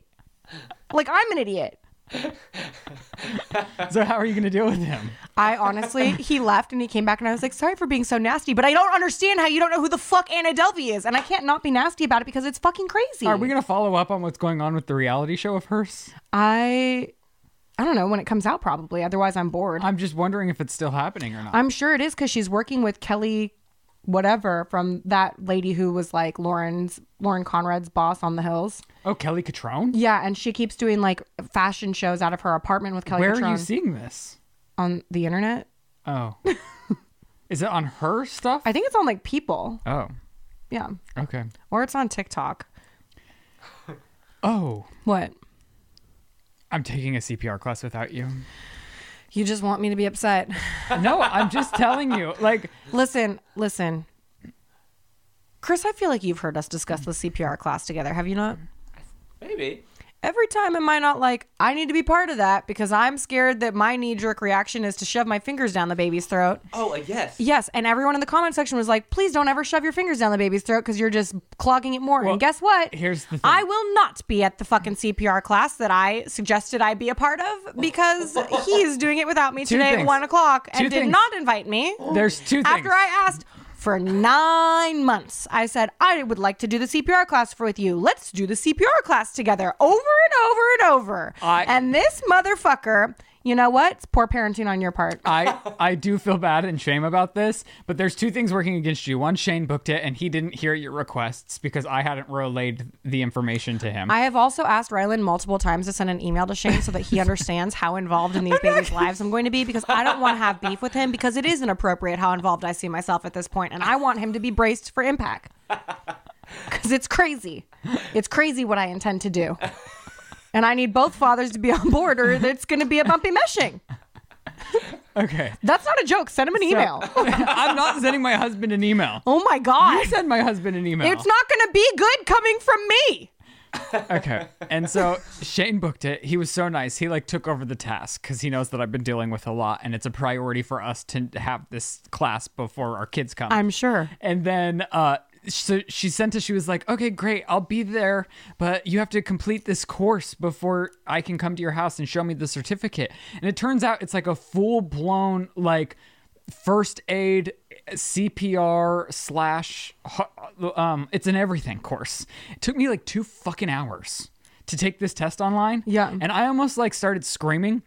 S2: Like I'm an idiot.
S1: So how are you going to deal with him?
S2: I honestly, he left and he came back and I was like, sorry for being so nasty, but I don't understand how you don't know who the fuck Anna Delvey is. And I can't not be nasty about it because it's fucking crazy.
S1: Are we going to follow up on what's going on with the reality show of hers?
S2: I, I don't know when it comes out probably. Otherwise I'm bored.
S1: I'm just wondering if it's still happening or not.
S2: I'm sure it is because she's working with Kelly, whatever, from that lady who was like Lauren's, Lauren Conrad's boss on the hills.
S1: oh, Kelly Catrone?
S2: Yeah. And she keeps doing like fashion shows out of her apartment with Kelly
S1: Where are you
S2: Cattrall
S1: seeing this?
S2: on the internet.
S1: Oh. Is it on her stuff?
S2: I think it's on like people.
S1: oh,
S2: Yeah.
S1: okay.
S2: Or it's on TikTok.
S1: Oh,
S2: What?
S1: I'm taking a CPR class without you.
S2: You just want me to be upset.
S1: No, I'm just telling you. Like,
S2: Listen, listen. Chris, I feel like you've heard us discuss the CPR class together, have you not?
S3: Maybe.
S2: Every time am I not like, I need to be part of that because I'm scared that my knee jerk reaction is to shove my fingers down the baby's throat.
S3: Oh, a yes.
S2: Yes, and everyone in the comment section was like, please don't ever shove your fingers down the baby's throat because you're just clogging it more.
S1: Well,
S2: and guess what?
S1: here's the thing.
S2: I will not be at the fucking CPR class that I suggested I be a part of because he's doing it without me
S1: Two
S2: today at
S1: things.
S2: one o'clock and
S1: Two
S2: did
S1: things.
S2: not invite me.
S1: there's two things.
S2: After I asked for nine months, I said, I would like to do the CPR class for, with you. Let's do the CPR class together over and over and over.
S1: I-
S2: and this motherfucker you know what? It's poor parenting on your part.
S1: I I do feel bad and shame about this, but there's two things working against you. One, Shane booked it and he didn't hear your requests because I hadn't relayed the information to him.
S2: I have also asked Rylan multiple times to send an email to Shane so that he understands how involved in these babies' lives I'm going to be because I don't want to have beef with him because it is inappropriate how involved I see myself at this point, and I want him to be braced for impact because it's crazy. It's crazy what I intend to do, and I need both fathers to be on board, or it's going to be a bumpy meshing.
S1: okay.
S2: That's not a joke. Send him an email.
S1: I'm not sending my husband an email.
S2: oh my god,
S1: I send my husband an email.
S2: it's not going to be good coming from me.
S1: Okay. And so Shane booked it. He was so nice. He like took over the task because he knows that I've been dealing with a lot and it's a priority for us to have this class before our kids come.
S2: I'm sure.
S1: And then uh so she sent us she was like, Okay, great, I'll be there, but you have to complete this course before I can come to your house and show me the certificate. And it turns out it's like a full blown like first aid CPR slash hu- um it's an everything course. It took me like two fucking hours to take this test online.
S2: Yeah.
S1: And I almost like started screaming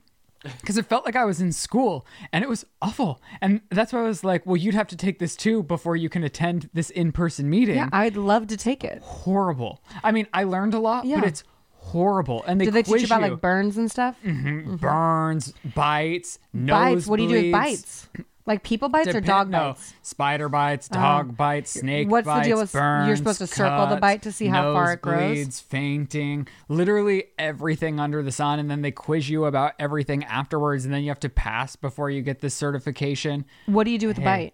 S1: because it felt like I was in school and it was awful. And that's why I was like, well, you'd have to take this too before you can attend this in person meeting.
S2: Yeah, I'd love to take it.
S1: horrible. I mean, I learned a lot,
S2: Yeah.
S1: but it's horrible. And they,
S2: Do they teach
S1: quiz
S2: you about
S1: you.
S2: like burns and stuff?
S1: burns, bites,
S2: bites.
S1: nose
S2: What do you do with bites? Like people bites or dog bites? Oh.
S1: spider bites, dog bites, snake
S2: what's the
S1: bites.
S2: deal with- you're
S1: burns,
S2: supposed to circle the
S1: cuts,
S2: bite to see how far it grows?
S1: nosebleeds, fainting, literally everything under the sun, and then they quiz you about everything afterwards, and then you have to pass before you get this certification.
S2: What do you do with the bite?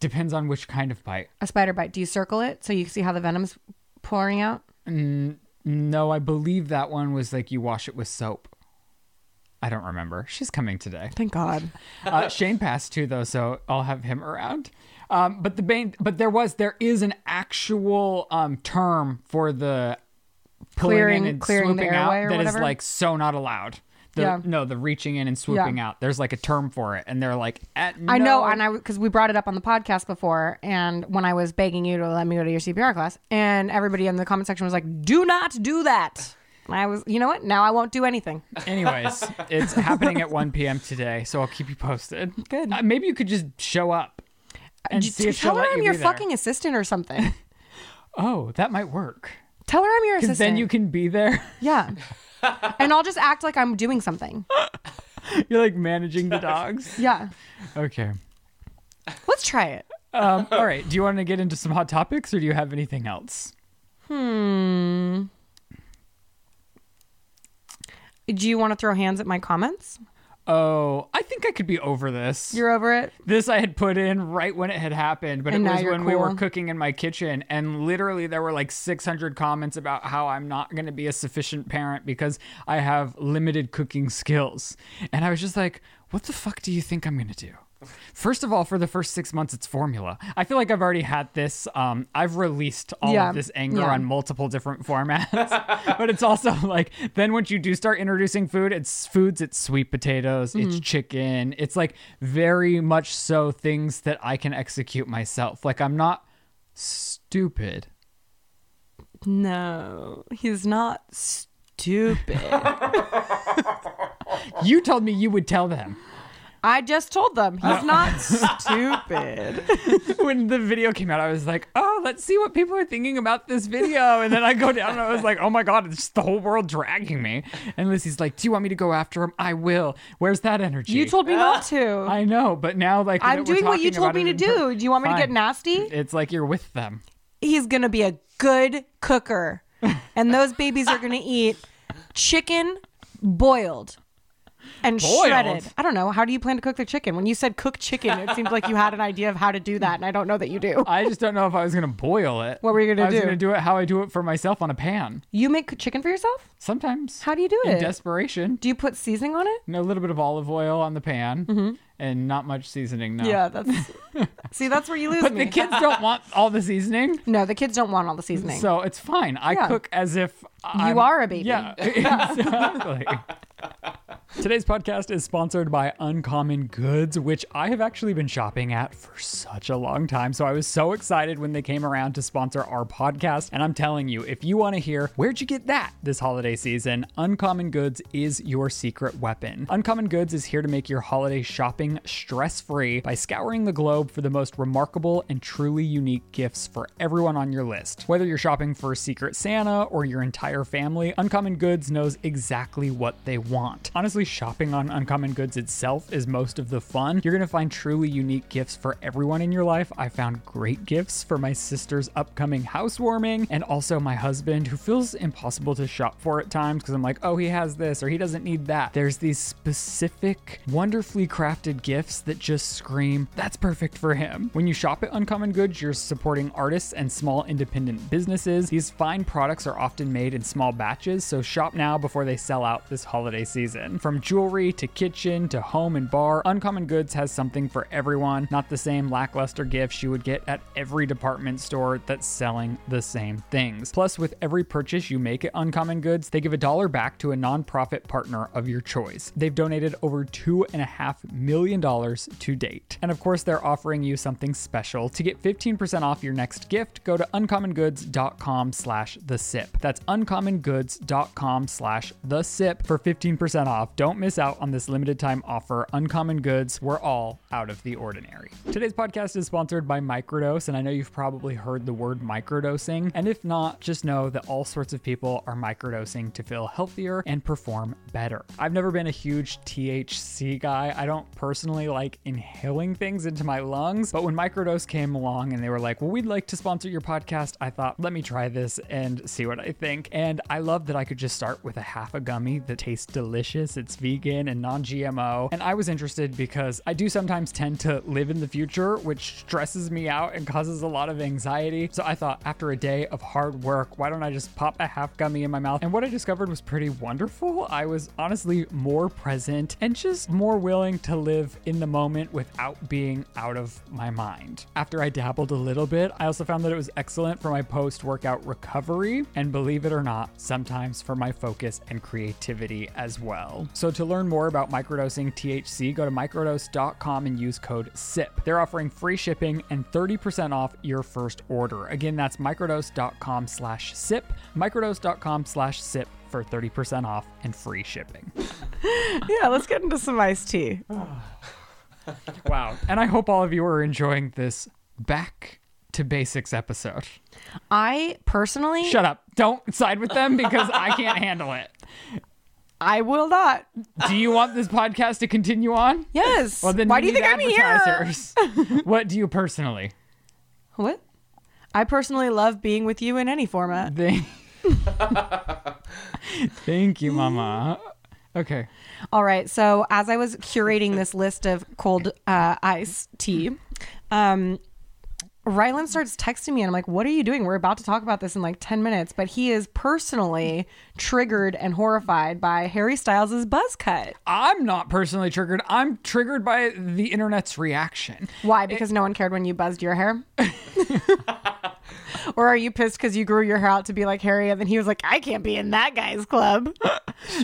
S1: Depends on which kind of bite.
S2: A spider bite. Do you circle it so you see how the venom's pouring out?
S1: No, I believe that one was like you wash it with soap. I don't remember. She's coming today.
S2: Thank God.
S1: uh, Shane passed too, though, so I'll have him around. Um, but the main, but there was there is an actual um, term for the pulling
S2: Clearing-
S1: in and
S2: clearing the
S1: swooping
S2: airway or
S1: out that is
S2: whatever?
S1: like so not allowed. The,
S2: Yeah.
S1: No, the reaching in and swooping out. There's like a term for it, and they're like, at
S2: I know,
S1: no-
S2: and I because we brought it up on the podcast before, and when I was begging you to let me go to your CPR class, and everybody in the comment section was like, "Do not do that." And I was, you know what? Now I won't do anything.
S1: Anyways, it's happening at 1 p.m. today, so I'll keep you posted.
S2: Good.
S1: Uh, maybe you could just show up and
S2: Just
S1: see if she'll
S2: tell her
S1: let
S2: I'm
S1: you
S2: your
S1: be there.
S2: fucking assistant or something.
S1: Oh, that might work.
S2: tell her I'm your
S1: Because
S2: assistant.
S1: then you can be there.
S2: yeah. and I'll just act like I'm doing something.
S1: You're like managing the dogs.
S2: Yeah.
S1: Okay.
S2: Let's try it.
S1: Um, all right. Do you want to get into some hot topics or do you have anything else?
S2: Do you want to throw hands at my comments?
S1: Oh, I think I could be over this.
S2: You're over it.
S1: this I had put in right when it had happened, but
S2: And
S1: it
S2: now
S1: was
S2: you're
S1: when we were
S2: cool.
S1: cooking in my kitchen, and literally there were like 600 comments about how I'm not going to be a sufficient parent because I have limited cooking skills. And I was just like, what the fuck do you think I'm going to do? First of all, for the first six months, it's formula. I feel like I've already had this. Um, I've released all
S2: Yeah.
S1: of this anger
S2: Yeah.
S1: on multiple different formats, but it's also like then once you do start introducing food, it's foods, it's sweet potatoes,
S2: Mm-hmm.
S1: it's chicken, it's like very much so things that I can execute myself. Like I'm not stupid.
S2: No, he's not stupid.
S1: You told me you would tell them
S2: I just told them
S1: Uh,
S2: he's not stupid.
S1: when the video came out. I was like, oh, let's see what people are thinking about this video. And then I go down and I was like, oh my god, it's just the whole world dragging me. And Lissy's like, do you want me to go after him? I will. Where's that energy?
S2: You told me not to.
S1: Uh, I know, but now like
S2: I'm
S1: that we're
S2: doing what you
S1: talking
S2: told
S1: about
S2: me
S1: it
S2: to
S1: in per-
S2: do. Do you want me to get
S1: Fine.
S2: nasty?
S1: It's like you're with them.
S2: He's going to be a good cooker. And those babies are going to eat chicken boiled and
S1: Boiled?
S2: shredded. I don't know. How do you plan to cook the chicken? When you said cook chicken, it seemed like you had an idea of how to do that. And I don't know that you do.
S1: I just don't know if I was gonna boil it.
S2: What were you gonna
S1: I was
S2: do?
S1: gonna do it how I do it for myself on a pan.
S2: You make chicken for yourself?
S1: Sometimes.
S2: How do you do
S1: In
S2: it?
S1: desperation.
S2: Do you put seasoning on it?
S1: And a little bit of olive oil on the pan and not much seasoning now.
S2: Mm-hmm. Yeah, that's see, that's where you lose
S1: But
S2: me.
S1: the kids don't want all the seasoning.
S2: no, the kids don't want all the seasoning.
S1: So it's fine. I
S2: Yeah.
S1: cook as if I'm,
S2: are a baby.
S1: Yeah, exactly. Today's podcast is sponsored by Uncommon Goods, which I have actually been shopping at for such a long time. So I was so excited when they came around to sponsor our podcast. And I'm telling you, if you want to hear where'd you get that this holiday season, Uncommon Goods is your secret weapon. Uncommon Goods is here to make your holiday shopping stress free by scouring the globe for the most remarkable and truly unique gifts for everyone on your list. Whether you're shopping for Secret Santa or your entire family, Uncommon Goods knows exactly what they want. Honestly, shopping on Uncommon Goods itself is most of the fun. You're going to find truly unique gifts for everyone in your life. I found great gifts for my sister's upcoming housewarming and also my husband, who feels impossible to shop for at times because I'm like, oh, he has this or he doesn't need that. There's these specific, wonderfully crafted gifts that just scream, that's perfect for him. When you shop at Uncommon Goods, you're supporting artists and small independent businesses. These fine products are often made in small batches, so shop now before they sell out this holiday season. From jewelry to kitchen to home and bar, Uncommon Goods has something for everyone, not the same lackluster gifts you would get at every department store that's selling the same things. Plus, with every purchase you make at Uncommon Goods, they give a dollar back to a nonprofit partner of your choice. They've donated over $2.5 million to date. And of course, they're offering you something special. To get 15% off your next gift, go to uncommongoods.com slash the sip. That's uncommongoods.com slash the sip for 15% off. Don't miss out on this limited time offer. Uncommon Goods, we're all out of the ordinary. Today's podcast is sponsored by Microdose, and I know you've probably heard the word microdosing. And if not, just know that all sorts of people are microdosing to feel healthier and perform better. I've never been a huge THC guy. I don't personally like inhaling things into my lungs, but when Microdose came along and they were like, well, we'd like to sponsor your podcast, I thought, let me try this and see what I think. And I love that I could just start with a half a gummy that tastes delicious. It's vegan and non GMO. And I was interested because I do sometimes tend to live in the future, which stresses me out and causes a lot of anxiety. So I thought, after a day of hard work, why don't I just pop a half gummy in my mouth? And what I discovered was pretty wonderful. I was honestly more present and just more willing to live in the moment without being out of my mind. After I dabbled a little bit, I also found that it was excellent for my post workout recovery and believe it or not, sometimes for my focus and creativity as well. So to learn more about microdosing THC, go to microdose.com and use code SIP. They're offering free shipping and 30% off your first order. Again, that's microdose.com slash SIP, microdose.com slash SIP for 30% off and free shipping.
S2: yeah, let's get into some iced tea.
S1: Wow. And I hope all of you are enjoying this back to basics episode.
S2: I personally,
S1: Shut up. Don't side with them because I can't handle it.
S2: I will not.
S1: Do you want this podcast to continue on?
S2: Yes.
S1: Well, then
S2: Why do
S1: we
S2: you think
S1: need
S2: I'm here?
S1: advertisers. what do you personally
S2: What? I personally love being with you in any format.
S1: think? Thank you, Mama. Okay.
S2: All right. So as I was curating this list of cold uh, ice tea, um, Rylan starts texting me, and I'm like, "What are you doing? We're about to talk about this in like ten minutes." But he is personally triggered and horrified by Harry Styles' buzz cut.
S1: I'm not personally triggered. I'm triggered by the internet's reaction.
S2: Why? Because no one cared when you buzzed your hair. or are you pissed because you grew your hair out to be like Harry, and then he was like, "I can't be in that guy's club."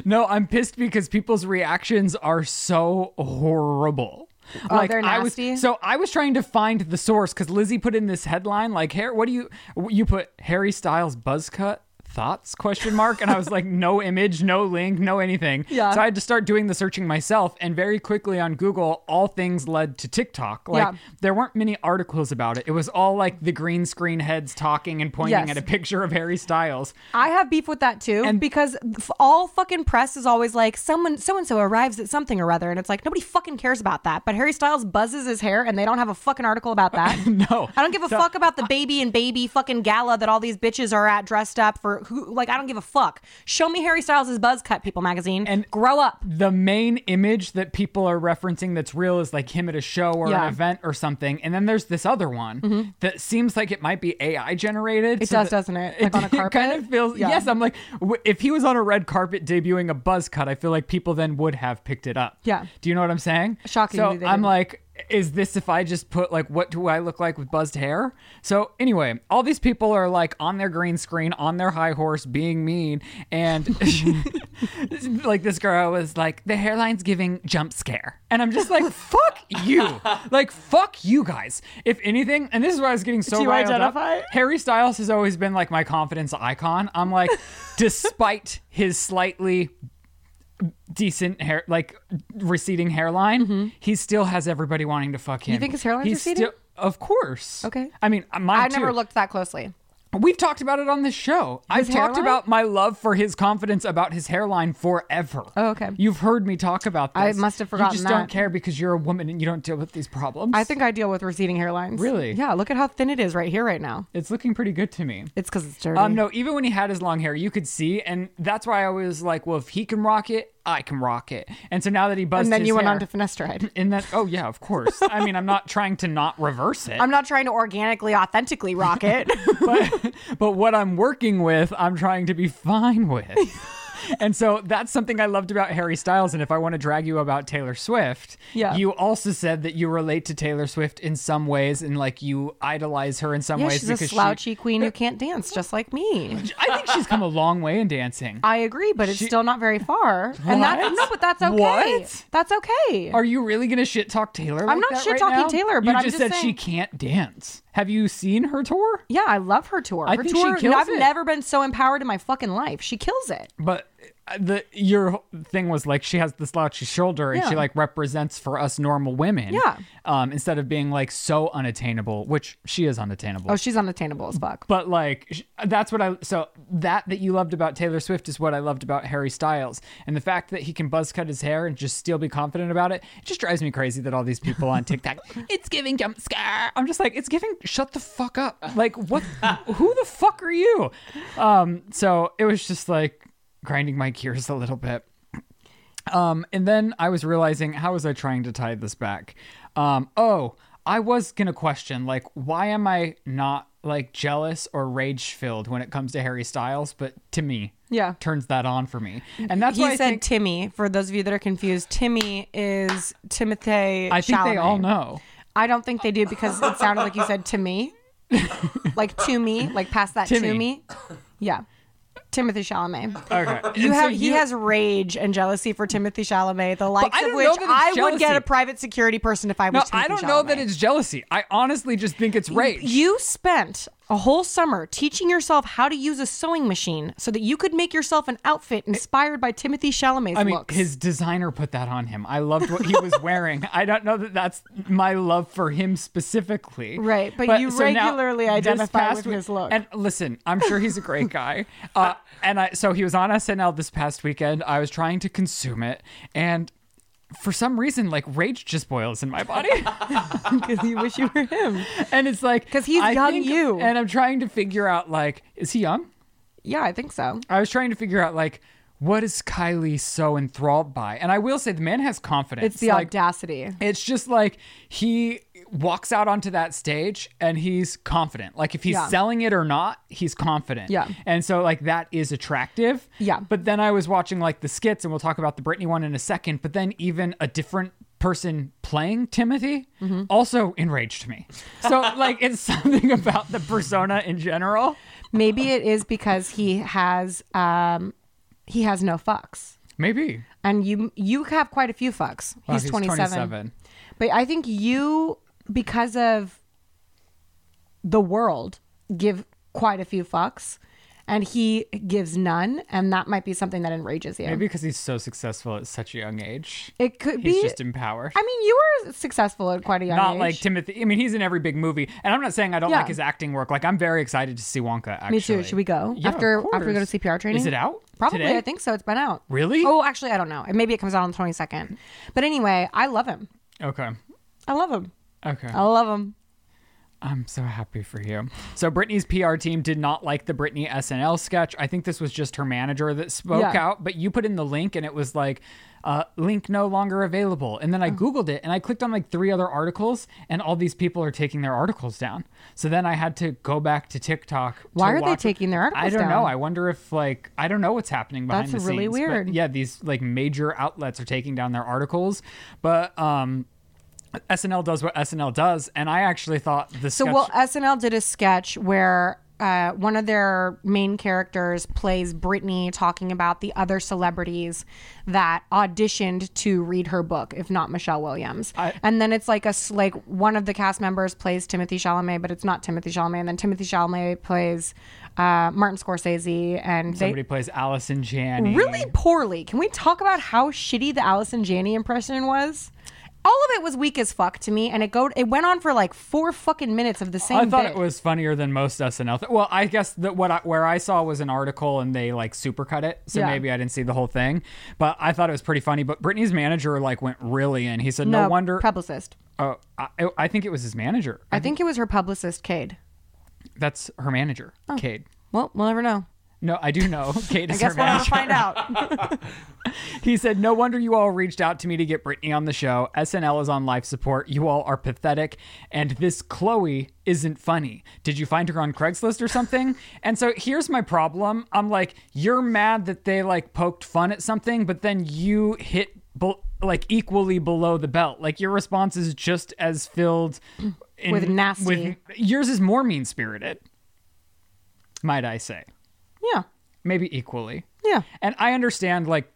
S1: No, I'm pissed because people's reactions are so horrible.
S2: Oh, they're
S1: I
S2: nasty?
S1: was so I was trying to find the source because Lizzie put in this headline like, "Hair, what do you you put Harry Styles buzz cut thoughts question mark?" And I was like, "No image, no link, no anything."
S2: Yeah.
S1: So I had to start doing the searching myself, and very quickly on Google, all things led to TikTok. Like
S2: Yeah.
S1: there weren't many articles about it. It was all like the green screen heads talking and pointing
S2: Yes.
S1: at a picture of Harry Styles.
S2: I have beef with that too, and because f- all fucking press is always like someone, so and so arrives at something or other, and it's like nobody fucking cares about that. But Harry Styles buzzes his hair, and they don't have a fucking article about that.
S1: No.
S2: I don't give a fuck about the baby and baby fucking gala that all these bitches are at dressed up for. Who like I don't give a fuck. Show me Harry Styles' buzz cut, People Magazine,
S1: And-
S2: and grow up.
S1: the main image that people are referencing that's real is like him at a show or
S2: Yeah. Mm-hmm.
S1: an event or something. And then there's this other one that seems like it might be AI generated.
S2: It does, doesn't it? Like on a carpet?
S1: kind of feels.
S2: Yeah.
S1: Yes, I'm like, w- if he was on a red carpet debuting a buzz cut, I feel like people then would have picked it up.
S2: Yeah.
S1: Do you know what I'm saying?
S2: Shockingly,
S1: So
S2: they
S1: I'm
S2: didn't.
S1: like, is this if I just put like what do I look like with buzzed hair? So anyway, all these people are like on their green screen, on their high horse, being mean, and like this girl was like the hairline's giving jump scare, and I'm just like fuck you, like fuck you guys. If anything, and this is why I was getting so
S2: Do you
S1: riled up,
S2: identify?
S1: Harry Styles has always been like my confidence icon. I'm like, despite his slightly decent hair, like receding hairline, he still has everybody wanting to fuck him. You
S2: Mm-hmm. think his hairline's receding?
S1: of course.
S2: Okay.
S1: I mean, mine
S2: I
S1: too.
S2: never looked that closely.
S1: We've talked about it on this show. I've talked
S2: hairline?
S1: about my love for his confidence about his hairline forever.
S2: Oh, okay.
S1: You've heard me talk about this.
S2: I must have forgotten
S1: You just
S2: that.
S1: don't care because you're a woman and you don't deal with these problems.
S2: I think I deal with receding hairlines.
S1: Really?
S2: Yeah. Look at how thin it is right here, right now.
S1: it's looking pretty good to me.
S2: It's because it's dirty.
S1: Um, no, even when he had his long hair, you could see, and that's why I was like, well, if he can rock it, I can rock it. And so now that he buzzed,
S2: and then
S1: his
S2: you went
S1: hair,
S2: on to finasteride.
S1: in that. Oh yeah, of course. I mean, I'm not trying to not reverse it,
S2: I'm not trying to organically, authentically rock it.
S1: but but what I'm working with, I'm trying to be fine with. And so that's something I loved about Harry Styles. And if I want to drag you about Taylor Swift,
S2: Yeah.
S1: you also said that you relate to Taylor Swift in some ways, and like you idolize her in some
S2: yeah,
S1: ways
S2: she's a
S1: because she-
S2: slouchy queen who can't dance, just like me.
S1: I think she's come a long way in dancing.
S2: I agree, but it's still not very far. And that's no, but that's okay.
S1: What?
S2: That's okay.
S1: Are you really gonna shit talk Taylor? like
S2: not
S1: that right
S2: shit-talking
S1: now?
S2: Taylor, but
S1: you
S2: I'm
S1: just
S2: just
S1: said she
S2: saying-
S1: can't dance. Have you seen her tour?
S2: yeah, I love her tour.
S1: I
S2: her
S1: think she
S2: tour.
S1: kills
S2: I've
S1: it.
S2: never been so empowered in my fucking life. She kills it.
S1: But uh, the your thing was like she has the slouchy shoulder and she
S2: Yeah.
S1: like represents for us normal women.
S2: Yeah.
S1: Um, instead of being like so unattainable, which she is unattainable.
S2: Oh, she's unattainable as fuck.
S1: but like sh- that's what I so that that you loved about Taylor Swift is what I loved about Harry Styles and the fact that he can buzz cut his hair and just still be confident about it. It just drives me crazy that all these people on TikTok it's giving jump scare. I'm just like it's giving shut the fuck up. Like what? who the fuck are you? Um, so it was just like grinding my gears a little bit. Um, and then I was realizing how was I trying to tie this back? Um, oh, I was gonna question like why am I not like jealous or rage filled when it comes to Harry Styles, but Timmy
S2: Yeah.
S1: turns that on for me, and that's
S2: he
S1: why
S2: said
S1: I think
S2: Timmy. For those of you that are confused, Timmy is Timothy.
S1: I think they
S2: Chalamet.
S1: all know.
S2: I don't think they do because it sounded like you said to me, like to me, like pass that
S1: Timmy.
S2: to me. Yeah, Timothy Chalamet.
S1: Okay,
S2: You
S1: And so
S2: have he has rage and jealousy for Timothy Chalamet, the likes
S1: I
S2: of
S1: don't
S2: which
S1: know that
S2: I
S1: it's
S2: would get a
S1: jealousy.
S2: private security person if I was.
S1: No,
S2: Timothy
S1: I don't know
S2: Chalamet.
S1: that it's jealousy. I honestly just think it's rage.
S2: You spent a whole summer teaching yourself how to use a sewing machine so that you could make yourself an outfit inspired by Timothy Chalamet's
S1: I mean,
S2: looks.
S1: his designer put that on him. I loved what he was wearing. I don't know that that's my love for him specifically.
S2: Right, but you
S1: now,
S2: regularly
S1: this
S2: identify
S1: past
S2: with
S1: week-
S2: his look.
S1: And listen, I'm sure he's a great guy. Uh, and I, so he was on SNL this past weekend. I was trying to consume it, and for some reason, like rage just boils in my body,
S2: because you wish you were him.
S1: and it's like
S2: 'Cause he's
S1: I
S2: young
S1: think-
S2: you.
S1: And I'm trying to figure out like, is he young?
S2: Yeah, I think so.
S1: I was trying to figure out like what is Kylie so enthralled by? And I will say the man has confidence.
S2: It's the
S1: like,
S2: audacity.
S1: It's just like he walks out onto that stage and he's confident. Like if he's
S2: Yeah.
S1: selling it or not, he's confident.
S2: Yeah.
S1: And so like that is attractive.
S2: Yeah.
S1: But then I was watching like the skits and we'll talk about the Britney one in a second, but then even a different person playing Timothy
S2: Mm-hmm.
S1: also enraged me. So like it's something about the persona in general.
S2: Maybe it is because he has um he has no fucks.
S1: Maybe.
S2: And you you have quite a few fucks.
S1: Wow,
S2: he's,
S1: he's
S2: 27.
S1: 27.
S2: But I think you because of the world give quite a few fucks and he gives none and that might be something that enrages you.
S1: Maybe because he's so successful at such a young age.
S2: it could
S1: He's
S2: be
S1: just empowered.
S2: I mean, you were successful at quite a young
S1: not
S2: age.
S1: like Timothy. I mean, he's in every big movie, and I'm not saying I don't
S2: Yeah.
S1: like his acting work. Like, I'm very excited to see Wonka. Actually,
S2: Me too. Should we go
S1: Yeah, of
S2: after after we go to
S1: course.
S2: CPR training?
S1: Is it out?
S2: Probably.
S1: today?
S2: I think so. It's been out.
S1: Really?
S2: Oh, actually, I don't know. Maybe it comes out on the twenty second. But anyway, I love him.
S1: Okay.
S2: I love him.
S1: Okay.
S2: I love him.
S1: I'm so happy for you. So Britney's PR team did not like the Britney SNL sketch. I think this was just her manager that spoke
S2: Yeah.
S1: out, but you put in the link and it was like uh, link no longer available. And
S2: Oh.
S1: then I googled it and I clicked on like three other articles and all these people are taking their articles down. So then I had to go back to TikTok. to
S2: Why are they
S1: watch-
S2: taking their
S1: I
S2: articles
S1: don't know.
S2: down?
S1: I wonder if like I don't know what's happening behind
S2: That's
S1: the
S2: really
S1: scenes, but
S2: weird.
S1: yeah, these like major outlets are taking down their articles, but um SNL does what SNL does, and I actually thought the
S2: So,
S1: sketch.
S2: well, SNL did a sketch where uh, one of their main characters plays Brittany talking about the other celebrities that auditioned to read her book, if not Michelle Williams. and then it's like a s- like one of the cast members plays Timothy Chalamet, but it's not Timothy Chalamet. And then Timothy Chalamet plays uh, Martin Scorsese, and they
S1: somebody plays Allison Janney.
S2: really poorly. Can we talk about how shitty the Allison Janney impression was? All of it was weak as fuck to me, and it go it went on for like four fucking minutes of the same.
S1: I thought
S2: bit.
S1: it was funnier than most SNL. Th- well, I guess that what I, where I saw was an article and they like supercut it, so
S2: Yeah.
S1: maybe I didn't see the whole thing. But I thought it was pretty funny. But Britney's manager like went really in. He said, "No, wonder."
S2: publicist.
S1: oh, I, I think it was his manager.
S2: I think it was her publicist, Cade.
S1: That's her manager, Cade.
S2: Well, we'll never know.
S1: No, I do know. Cade
S2: Oh. I
S1: is her
S2: guess we'll have
S1: manager.
S2: to find out.
S1: He said, No wonder you all reached out to me to get Britney on the show. SNL is on life support. You all are pathetic. And this Chloe isn't funny. Did you find her on Craigslist or something? and so here's my problem. I'm like, You're mad that they like poked fun at something, but then you hit bel like equally below the belt. Like your response is just as filled in,
S2: With nasty.
S1: yours is more mean spirited, might I say.
S2: yeah,
S1: Maybe equally.
S2: yeah.
S1: And I understand, like,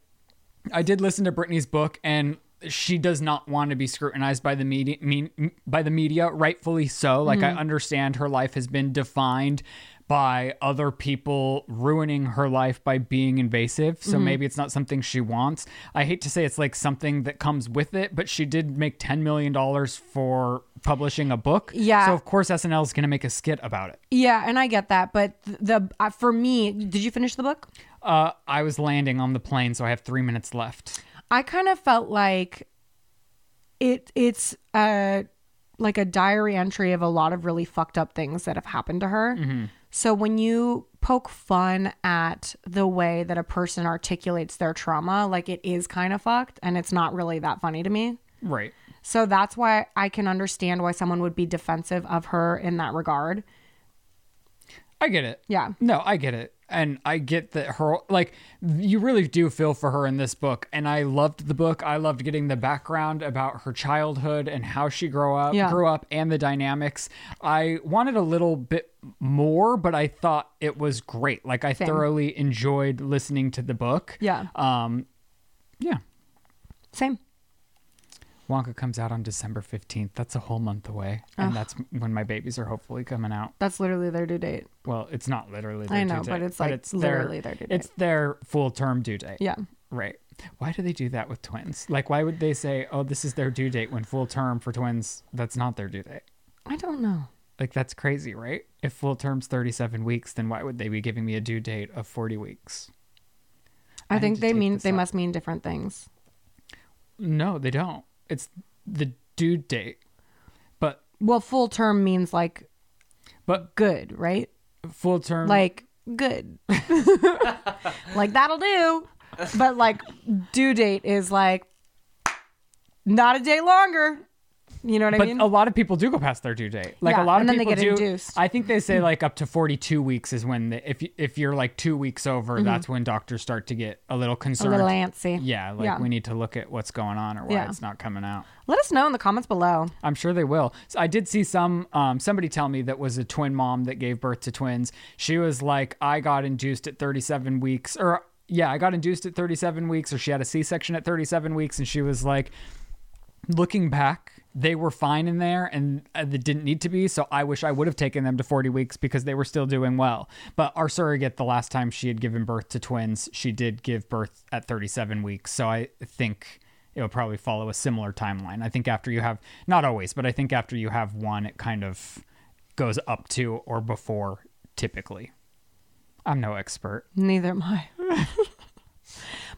S1: I did listen to Britney's book, and she does not want to be scrutinized by the media, mean, by the media, rightfully so. Like, I understand her life has been defined by other people ruining her life by being invasive. So maybe it's not something she wants. I hate to say it's like something that comes with it, but she did make $10 million for publishing a book.
S2: Yeah.
S1: So, of course, SNL is going to make a skit about it.
S2: Yeah, and I get that, but th- the uh, for me, did you finish the book?
S1: Uh, I was landing on the plane, so I have three minutes left.
S2: I kind of felt like it it's a like a diary entry of a lot of really fucked up things that have happened to her.
S1: Mm-hmm.
S2: So when you poke fun at the way that a person articulates their trauma, like it is kind of fucked and it's not really that funny to me.
S1: Right.
S2: So that's why I can understand why someone would be defensive of her in that regard.
S1: I get it.
S2: Yeah.
S1: No, I get it. And I get that her, like, you really do feel for her in this book. And I loved the book. I loved getting the background about her childhood and how she grew up,
S2: Yeah.
S1: grew up and the dynamics. I wanted a little bit more, but I thought it was great. Like, I thoroughly enjoyed listening to the book.
S2: Yeah.
S1: Um, yeah.
S2: Same.
S1: Wonka comes out on December 15th. That's a whole month away. And that's when my babies are hopefully coming out.
S2: That's literally their due date.
S1: Well, it's not literally. Their
S2: I
S1: due
S2: know,
S1: date,
S2: but it's, like, literally
S1: their,
S2: their due
S1: It's their full term due date.
S2: Yeah.
S1: Right. Why do they do that with twins? Like, why would they say, "Oh, this is their due date" when full term for twins that's not their due date?
S2: I don't know.
S1: Like, that's crazy, right? If full term's thirty-seven weeks, then why would they be giving me a due date of forty weeks?
S2: I,
S1: I need
S2: think
S1: to
S2: they
S1: take
S2: mean
S1: this
S2: they
S1: up.
S2: must mean different things.
S1: No, they don't. It's the due date, but
S2: Well, full term means like
S1: but
S2: good, right?
S1: full term
S2: Like good. like that'll do. But like due date is like not a day longer. You know what I
S1: But
S2: mean?
S1: a lot of people do go past their due date. Like
S2: Yeah,
S1: a lot
S2: and
S1: of
S2: then they
S1: people
S2: get
S1: do.
S2: induced.
S1: I think they say like up to forty-two weeks is when the, if you- if you're like two weeks over, that's when doctors start to get a little
S2: Mm-hmm. a
S1: concerned.
S2: little antsy.
S1: yeah, like we need to look at what's going on or why
S2: Yeah.
S1: it's not coming out.
S2: Let us know in the comments below.
S1: I'm sure they will. So I did see some um, somebody tell me that was a twin mom that gave birth to twins. She was like, I got induced at 37 weeks, or yeah, I got induced at 37 weeks, or she had a C-section at 37 weeks, and she was like, looking back, they were fine in there, and uh, they didn't need to be. So I wish I would have taken them to 40 weeks because they were still doing well. But our surrogate, the last time she had given birth to twins, she did give birth at 37 weeks. So I think it'll probably follow a similar timeline. I think after you have, not always, but I think after you have one, it kind of goes up to or before typically. I'm no expert.
S2: Neither am I.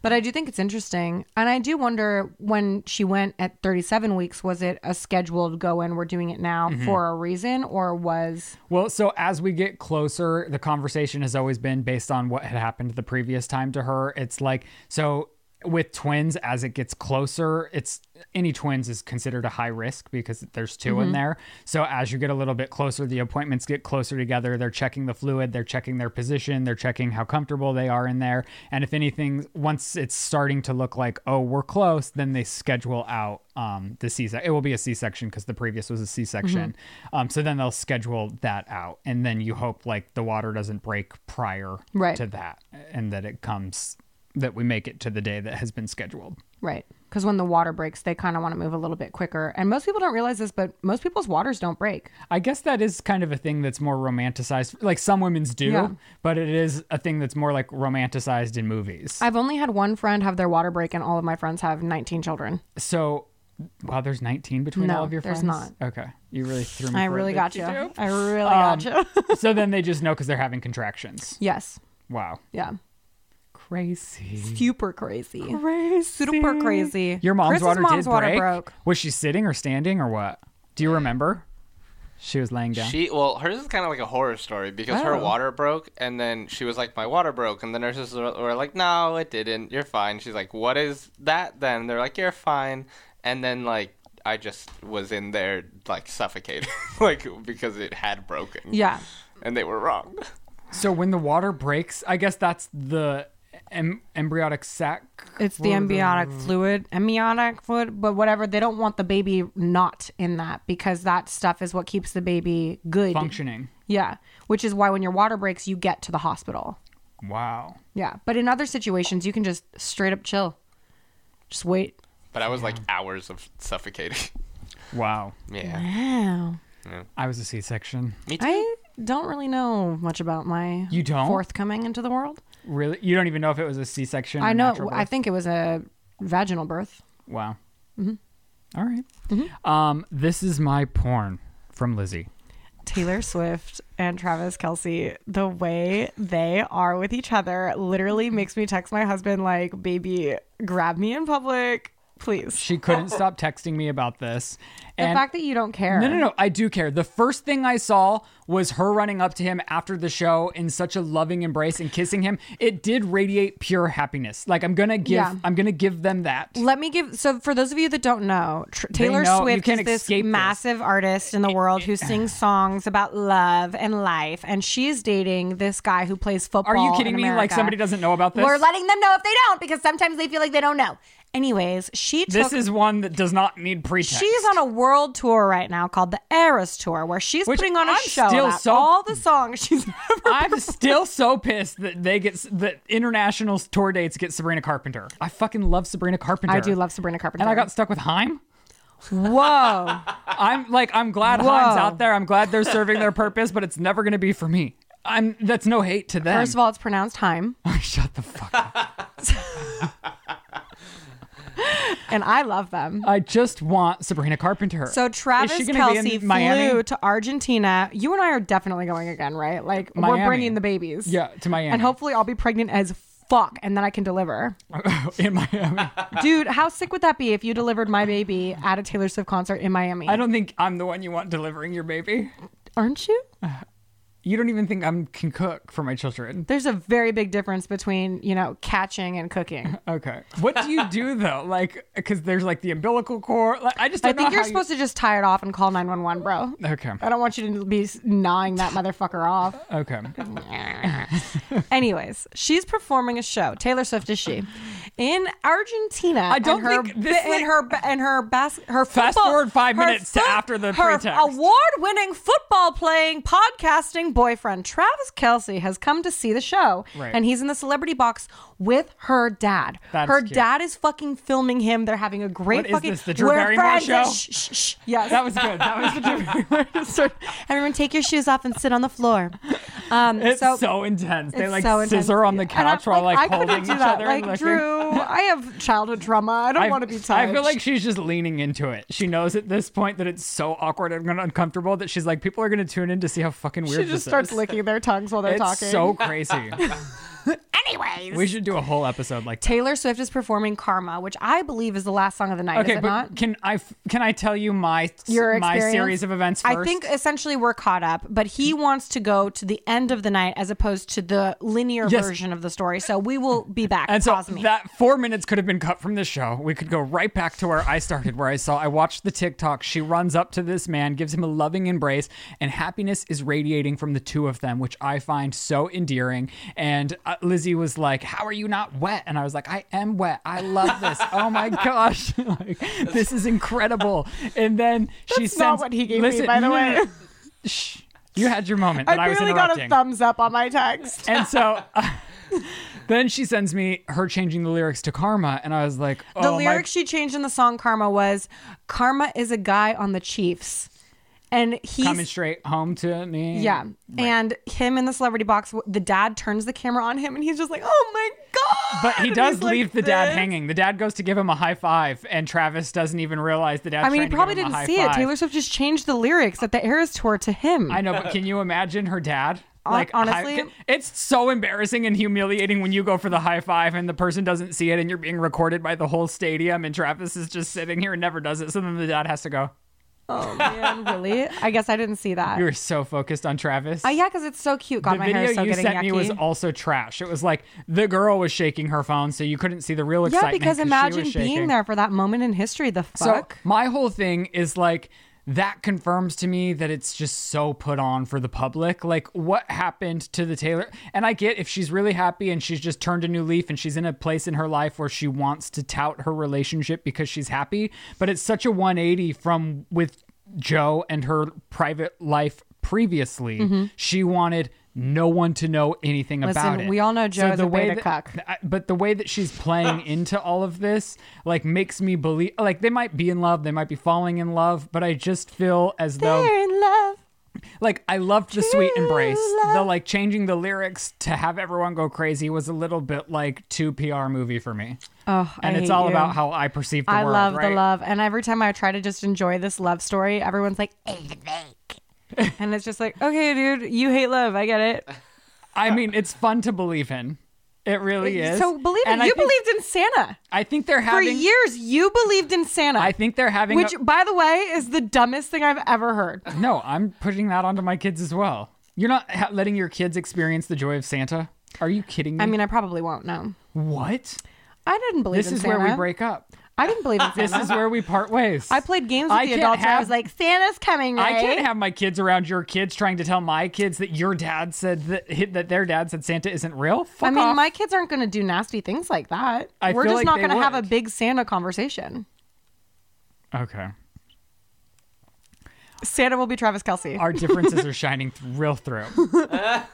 S2: but I do think it's interesting. And I do wonder when she went at 37 weeks, was it a scheduled go in, we're doing it now
S1: Mm-hmm.
S2: for a reason, or was.
S1: Well, so as we get closer, the conversation has always been based on what had happened the previous time to her. It's like, so with twins as it gets closer it's any twins is considered a high risk because there's 2 in there so as you get a little bit closer the appointments get closer together they're checking the fluid they're checking their position they're checking how comfortable they are in there and if anything once it's starting to look like oh we're close then they schedule out um, the c it will be a c-section because the previous was a C-section.
S2: Mm-hmm.
S1: um, so then they'll schedule that out and then you hope like the water doesn't break prior
S2: Right.
S1: to that and that it comes that we make it to the day that has been scheduled.
S2: Right. Because when the water breaks, they kind of want to move a little bit quicker. And most people don't realize this, but most people's waters don't break.
S1: I guess that is kind of a thing that's more romanticized. Like some women's do,
S2: Yeah.
S1: but it is a thing that's more like romanticized in movies.
S2: I've only had one friend have their water break, and all of my friends have 19 children.
S1: so, wow, there's 19 between
S2: No,
S1: all of your
S2: there's
S1: friends? Okay. You really threw me
S2: I
S1: for a
S2: really
S1: loop.
S2: got you. I really got you.
S1: so then they just know because they're having contractions.
S2: Um, yes.
S1: Wow.
S2: Yeah.
S1: Crazy.
S2: Super crazy.
S1: Crazy.
S2: Super crazy.
S1: Your mom's
S2: Chris's
S1: water
S2: mom's
S1: did
S2: water
S1: break.
S2: broke.
S1: Was she sitting or standing or what? Do you remember? She was laying down.
S3: She well, hers is kind of like a horror story because her
S1: Oh.
S3: water broke, and then she was like, "My water broke," and the nurses were, were like, "No, it didn't. You're fine." She's like, "What is that?" Then they're like, "You're fine," and then like I just was in there like suffocating, like because it had broken.
S2: Yeah.
S3: and they were wrong.
S1: So when the water breaks, I guess that's the em- embryotic sac.
S2: It's the amniotic fluid, amniotic fluid, but whatever. They don't want the baby not in that because that stuff is what keeps the baby good.
S1: functioning.
S2: Yeah. Which is why when your water breaks, you get to the hospital.
S1: Wow.
S2: Yeah. But in other situations, you can just straight up chill. Just wait.
S3: But I was like hours of suffocating.
S1: Wow.
S3: yeah,
S2: Wow.
S1: I was a C-section.
S3: me too.
S2: I don't really know much about my
S1: You don't?
S2: forthcoming into the world.
S1: Really? You don't even know if it was a C-section.
S2: I
S1: or
S2: know.
S1: natural
S2: I
S1: birth?
S2: think it was a vaginal birth.
S1: Wow.
S2: Mm-hmm.
S1: All right. Um, this is my porn from Lizzie.
S2: Taylor Swift and Travis Kelsey, the way they are with each other literally
S1: Mm-hmm.
S2: makes me text my husband, like, baby, grab me in public, please.
S1: She couldn't stop texting me about this.
S2: the fact that you don't care.
S1: No, no, no. I do care. The first thing I saw was her running up to him after the show in such a loving embrace and kissing him. It did radiate pure happiness. Like I'm gonna give,
S2: Yeah.
S1: I'm gonna give them that.
S2: Let me give. So, for those of you that don't know, tr- Taylor
S1: know- you
S2: Swift
S1: can't
S2: is this
S1: escape this.
S2: massive artist in the world who sings songs about love and life, and she is dating this guy who plays football.
S1: Are you
S2: in
S1: kidding me? Like
S2: America.
S1: somebody doesn't know about this.
S2: We're letting them know if they don't, because sometimes they feel like they don't know. Anyways, she took
S1: this is one that does not need pretext.
S2: She's on a world tour right now called the Eras Tour, where she's
S1: Which
S2: putting on a
S1: I'm
S2: show
S1: still
S2: about
S1: so-
S2: all the songs she's ever.
S1: I'm still so pissed that they get s- that international tour dates get Sabrina Carpenter. I fucking love Sabrina Carpenter.
S2: I do love Sabrina Carpenter.
S1: And I got stuck with Heim.
S2: whoa.
S1: I'm like, I'm glad
S2: Whoa.
S1: Heim's out there. I'm glad they're serving their purpose, but it's never gonna be for me. I'm. That's no hate to them.
S2: First of all, it's pronounced time,
S1: Shut the fuck up.
S2: and I love them.
S1: I just want Sabrina Carpenter.
S2: So Travis
S1: Is she gonna be in
S2: Kelsey flew
S1: Miami?
S2: to Argentina. You and I are definitely going again, right? Like
S1: Miami.
S2: we're bringing the babies.
S1: Yeah, to Miami.
S2: And hopefully I'll be pregnant as fuck and then I can deliver.
S1: in Miami.
S2: Dude, how sick would that be if you delivered my baby at a Taylor Swift concert in Miami?
S1: I don't think I'm the one you want delivering your baby.
S2: Aren't you?
S1: You don't even think I am can cook for my children.
S2: There's a very big difference between, you know, catching and cooking.
S1: Okay. What do you do though? Like, because there's like the umbilical cord. Like, I just don't
S2: I think
S1: know
S2: you're
S1: how you-
S2: supposed to just tie it off and call 911, bro.
S1: Okay.
S2: I don't want you to be gnawing that motherfucker off.
S1: Okay.
S2: Anyways, she's performing a show. Taylor Swift is she in Argentina? I
S1: don't
S2: and her,
S1: think this
S2: and
S1: is-
S2: her and her bas- her
S1: Fast
S2: football-
S1: forward five
S2: her
S1: minutes to
S2: foot-
S1: after the
S2: her
S1: pretext.
S2: award-winning football-playing podcasting boyfriend Travis Kelsey has come to see the show,
S1: Right.
S2: and he's in the celebrity box with her dad.
S1: That's
S2: her
S1: cute.
S2: dad is fucking filming him. They're having a great
S1: What is
S2: fucking
S1: this, the Drew
S2: We're
S1: Barrymore
S2: friends.
S1: show?
S2: Shh, shh, shh. Yes,
S1: That was good. That was the difference.
S2: Sort of- Everyone, take your shoes off and sit on the floor. Um,
S1: It's so,
S2: so,
S1: intense. They
S2: it's
S1: like
S2: so intense.
S1: scissor on the
S2: And I'm
S1: couch while like,
S2: I couldn't
S1: holding each
S2: do that.
S1: other.
S2: Like
S1: and looking.
S2: Drew, I have childhood trauma. I don't
S1: I-
S2: want to be touched.
S1: I feel like she's just leaning into it. She knows at this point that it's so awkward and uncomfortable that she's like, people are going to tune in to see how fucking weird
S2: she
S1: this
S2: just starts
S1: is.
S2: licking their tongues while they're
S1: it's
S2: talking.
S1: so crazy.
S2: Anyways,
S1: We should do a whole episode like that.
S2: Taylor Swift is performing Karma, which I believe is the last song of the night.
S1: Okay,
S2: is it
S1: but
S2: not?
S1: can I f- can I tell you my
S2: Your
S1: my
S2: experience?
S1: series of events first?
S2: I think essentially we're caught up, but he wants to go to the end of the night as opposed to the linear
S1: Yes.
S2: version of the story. So we will be back.
S1: And so
S2: Pause me.
S1: that four minutes could have been cut from the show. We could go right back to where I started, where I saw I watched the TikTok. She runs up to this man, gives him a loving embrace, and happiness is radiating from the two of them, which I find so endearing. And uh, Lizzie was like, "How are you not wet?" And I was like, "I am wet. I love this. oh my gosh, like, this is incredible." And then she
S2: That's
S1: sends.
S2: not what he gave me,
S1: Listen,
S2: by the
S1: no, no, no.
S2: way.
S1: Shh. You had your moment.
S2: I
S1: that I was
S2: barely got a
S1: interrupting.
S2: thumbs up on my text.
S1: And so then she sends me her changing the lyrics to Karma, and I was like, oh,
S2: the
S1: my-
S2: lyric she changed in the song Karma was Karma is a guy on the Chiefs. And he's
S1: coming straight home to me.
S2: Yeah. And him in the celebrity box, w- the dad turns the camera on him and he's just like, oh my God.
S1: But he
S2: And
S1: does
S2: he's like
S1: leave the dad
S2: this.
S1: hanging. The dad goes to give him a high five, and Travis doesn't even realize the dad's
S2: I mean, he
S1: trying to give
S2: probably
S1: him a
S2: didn't
S1: high
S2: see it.
S1: five.
S2: Taylor Swift just changed the lyrics at the Eras tour to him.
S1: I know, but can you imagine her dad?
S2: Hon- honestly-
S1: hi- it's so embarrassing and humiliating when you go for the high five and the person doesn't see it, and you're being recorded by the whole stadium, and Travis is just sitting here and never does it. So then the dad has to go.
S2: oh, man, really? I guess I didn't see that.
S1: You were so focused on Travis.
S2: Uh, yeah, because it's so cute. God,
S1: the
S2: my
S1: video
S2: hair is so
S1: you
S2: getting
S1: sent
S2: yucky.
S1: me was also trash. It was like the girl was shaking her phone, so you couldn't see the real
S2: yeah,
S1: excitement.
S2: because
S1: 'cause she
S2: imagine
S1: was shaking.
S2: being there for that moment in history. The
S1: So
S2: fuck?
S1: my whole thing is like that confirms to me that it's just so put on for the public. Like what happened to the Taylor? And I get if she's really happy and she's just turned a new leaf and she's in a place in her life where she wants to tout her relationship because she's happy, but it's such a 180 from with Joe and her private life previously.
S2: Mm-hmm.
S1: She wanted no one to know anything about it.
S2: we all know Joe is a beta cuck.
S1: I- but the way that she's playing into all of this like makes me believe like they might be in love they might be falling in love but i just feel as though
S2: They're in love.
S1: like i loved the sweet
S2: True
S1: embrace the
S2: love.
S1: like changing the lyrics to have everyone go crazy was a little bit like too pr movie for me
S2: Oh, I
S1: and it's
S2: hate
S1: all
S2: you.
S1: about how i perceive the
S2: I
S1: world
S2: love
S1: right?
S2: the love. And every time I try to just enjoy this love story, everyone's like, "It's fake." and it's just like, okay, dude, you hate love. I get it.
S1: i mean it's fun to believe in it really is
S2: So believe it.
S1: And
S2: You
S1: I think,
S2: believed in Santa.
S1: i think they're
S2: For
S1: having
S2: years, you believed in Santa.
S1: i think they're having
S2: which,
S1: a-
S2: by the way, is the dumbest thing I've ever heard.
S1: No, I'm putting that onto my kids as well. You're not ha- letting your kids experience the joy of Santa? Are you kidding me?
S2: I mean, I probably won't know.
S1: what?
S2: I didn't believe
S1: This
S2: in
S1: is
S2: Santa.
S1: where we break up.
S2: I didn't believe in Santa.
S1: This is where we part ways.
S2: I played games with
S1: I
S2: the
S1: can't
S2: adults. and I
S1: have-
S2: was like, Santa's coming,
S1: I
S2: right?
S1: can't have my kids around your kids trying to tell my kids that your dad said that, hi- that their dad said Santa isn't real. Fuck
S2: I mean,
S1: off.
S2: my kids aren't going to do nasty things like that.
S1: I
S2: We're
S1: feel
S2: just
S1: like
S2: not
S1: they
S2: going to have a
S1: would.
S2: big Santa conversation.
S1: okay.
S2: Santa will be Travis Kelsey.
S1: Our differences are shining th- real through.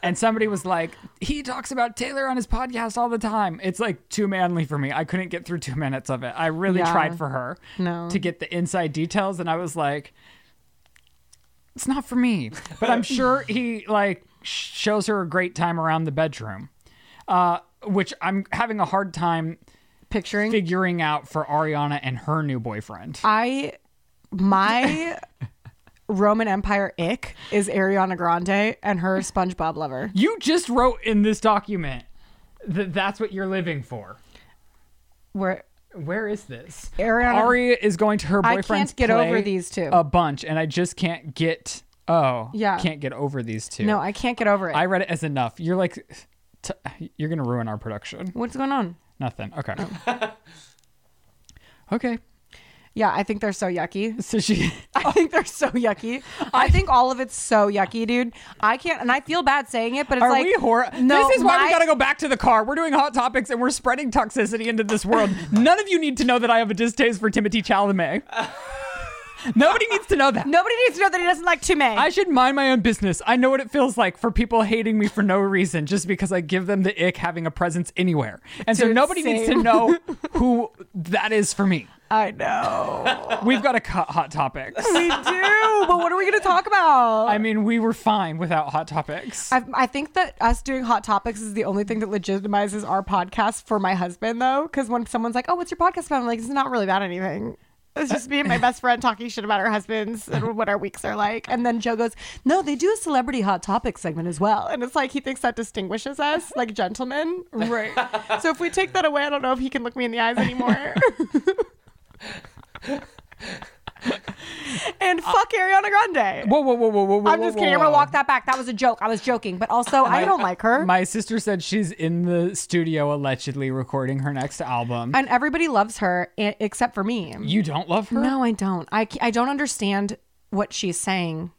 S1: and somebody was like, he talks about Taylor on his podcast all the time. It's like too manly for me. I couldn't get through two minutes of it. I really
S2: Yeah.
S1: tried for her.
S2: No.
S1: to get the inside details and i was like it's not for me but i'm sure he like sh- shows her a great time around the bedroom uh, which i'm having a hard time
S2: Picturing.
S1: figuring out for ariana and her new boyfriend
S2: I my Roman Empire ick is Ariana Grande and her SpongeBob lover.
S1: you just wrote in this document that that's what you're living for
S2: Where
S1: where is this
S2: Ariana
S1: Aria is going to her
S2: I
S1: boyfriend's
S2: can't get
S1: play
S2: over these two.
S1: a bunch and i just can't get oh
S2: Yeah.
S1: can't get over these two
S2: No, I can't get over it.
S1: I read it as enough. You're like, t- you're gonna ruin our production.
S2: What's going on?
S1: Nothing. Okay.
S2: Oh.
S1: okay.
S2: Yeah, I think they're so yucky.
S1: So she.
S2: I think they're so yucky. I think all of it's so yucky, dude. I can't, and I feel bad saying it, but it's
S1: Are
S2: like
S1: we horror?
S2: No,
S1: this is why
S2: my-
S1: we gotta go back to the car. We're doing hot topics and we're spreading toxicity into this world. None of you need to know that I have a distaste for Timothy Chalamet. Nobody needs to know that.
S2: Nobody needs to know that he doesn't like Tume.
S1: I should mind my own business. I know what it feels like for people hating me for no reason just because I give them the ick having a presence anywhere. And so
S2: Dude,
S1: nobody needs to
S2: same.
S1: know who that is for me.
S2: I know
S1: We've got to cut hot topics.
S2: we do, but what are we going to talk about?
S1: I mean, we were fine without hot topics.
S2: I, I think that us doing hot topics is the only thing that legitimizes our podcast for my husband, though. Because when someone's like, "Oh, what's your podcast about?" I'm like, "It's not really about anything." It's just me and my best friend talking shit about our husbands and what our weeks are like. And then Joe goes, No, they do a celebrity hot topic segment as well. And it's like he thinks that distinguishes us, like gentlemen. Right. so if we take that away, I don't know if he can look me in the eyes anymore. and fuck Ariana Grande.
S1: Whoa, whoa, whoa, whoa, whoa, whoa.
S2: I'm just
S1: whoa,
S2: kidding. I'm
S1: whoa.
S2: gonna walk that back. That was a joke. I was joking, but also I don't like her.
S1: My sister said she's in the studio allegedly recording her next album.
S2: and everybody loves her e- except for me.
S1: you don't love her?
S2: No, I don't. I, c- I don't understand what she's saying.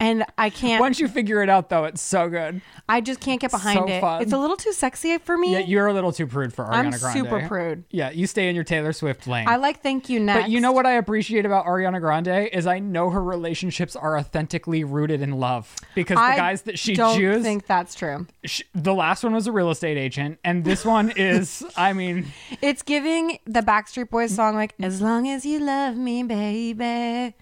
S2: and I can't.
S1: Once you figure it out, though, it's so good.
S2: I just can't get behind
S1: So
S2: it.
S1: fun.
S2: It's a little too sexy for me.
S1: Yeah, you're eh? a little too prude for Ariana
S2: I'm
S1: Grande.
S2: super prude.
S1: Yeah, you stay in your Taylor Swift lane.
S2: I like thank you next.
S1: But you know what I appreciate about Ariana Grande is I know her relationships are authentically rooted in love because the
S2: I
S1: guys that she
S2: don't
S1: chooses,
S2: think that's true.
S1: sh- the last one was a real estate agent, and this one is, I mean,
S2: It's giving the Backstreet Boys song like "As long as you love me, baby."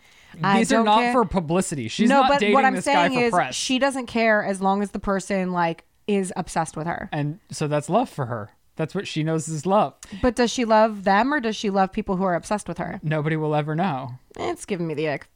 S2: I
S1: these are
S2: don't
S1: not
S2: care.
S1: for publicity. She's
S2: no,
S1: not
S2: but
S1: dating
S2: what I'm
S1: this
S2: saying
S1: guy for
S2: is
S1: press,
S2: she doesn't care as long as the person like is obsessed with her.
S1: and so that's love for her. That's what she knows is love.
S2: But does she love them or does she love people who are obsessed with her?
S1: Nobody will ever know.
S2: Eh, It's giving me the ick.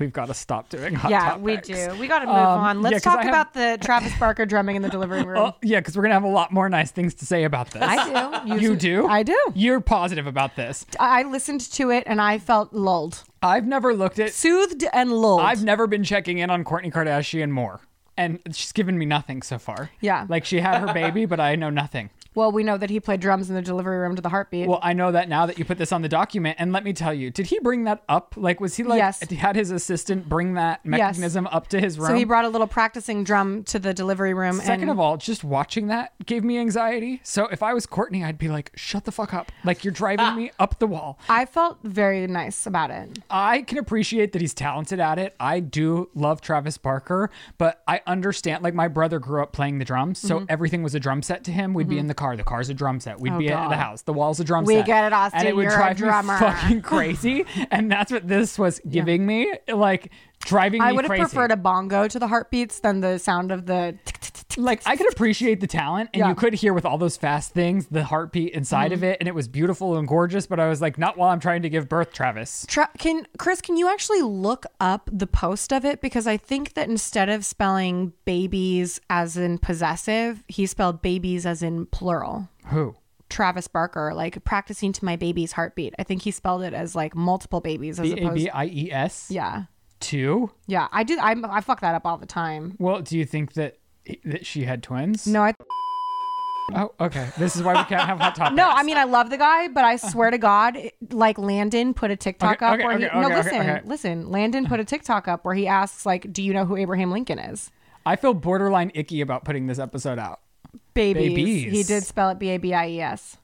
S1: We've got to stop doing hot
S2: yeah,
S1: topics. Um,
S2: we do. We got to move on.
S1: yeah,
S2: Let's
S1: 'cause I
S2: talk
S1: have-
S2: about the Travis Barker drumming in the delivery room.
S1: Oh, yeah, because we're gonna have a lot more nice things to say about this.
S2: I do.
S1: you do.
S2: I do.
S1: You're positive about this.
S2: I listened to it and I felt lulled,
S1: I've never looked at
S2: soothed and lulled.
S1: I've never been checking in on Courtney Kardashian more. And she's given me nothing so far.
S2: Yeah.
S1: Like she had her baby, but I know nothing.
S2: well, we know that he played drums in the delivery room to the heartbeat.
S1: Well, I know that now that you put this on the document. And let me tell you, did he bring that up? Like, was he like,
S2: Yes.
S1: had his assistant bring that mechanism up to his room?
S2: so he brought a little practicing drum to the delivery room.
S1: Second
S2: and
S1: of all, just watching that gave me anxiety. So if I was Courtney, I'd be like, shut the fuck up. Like, you're driving
S2: Ah.
S1: me up the wall.
S2: I felt very nice about it.
S1: I can appreciate that he's talented at it. I do love Travis Barker, but I understand. Like my brother grew up playing the drums, so
S2: Mm-hmm.
S1: everything was a drum set to him. We'd be in the car, the car's a drum set. We'd be at the
S2: Oh, God.
S1: house, the wall's a drum
S2: We
S1: set.
S2: get it, Austin,
S1: And it would
S2: you're a
S1: drive
S2: drummer.
S1: me fucking crazy. and that's what this was giving me, like driving
S2: I
S1: me
S2: would have
S1: crazy.
S2: preferred a bongo to the heartbeats than the sound of the.
S1: like I could appreciate the talent, and
S2: Yeah. Mm-hmm.
S1: you could hear with all those fast things the heartbeat inside of it, and it was beautiful and gorgeous. But I was like, not while I'm trying to give birth, Travis.
S2: Tra- can Chris? Can you actually look up the post of it because I think that instead of spelling babies as in possessive, he spelled babies as in plural.
S1: Who?
S2: Travis Barker, like practicing to my baby's heartbeat. I think he spelled it as like multiple babies as
S1: B a
S2: opposed.
S1: b i e s.
S2: yeah,
S1: Two.
S2: yeah. I do. I'm, I fuck that up all the time.
S1: Well, do you think that that she had twins?
S2: No, I
S1: Oh, okay. This is why we can't have hot topics.
S2: no. I mean, I love the guy, but I swear to God, it- like Landon put a TikTok
S1: Uh-huh. Okay, okay,
S2: up where he.
S1: okay,
S2: no,
S1: okay, okay,
S2: listen,
S1: okay.
S2: listen. Landon put a TikTok up where he asks like, "Do you know who Abraham Lincoln is?"
S1: I feel borderline icky about putting this episode out.
S2: babies.
S1: Babies.
S2: He did spell it B A B I E S.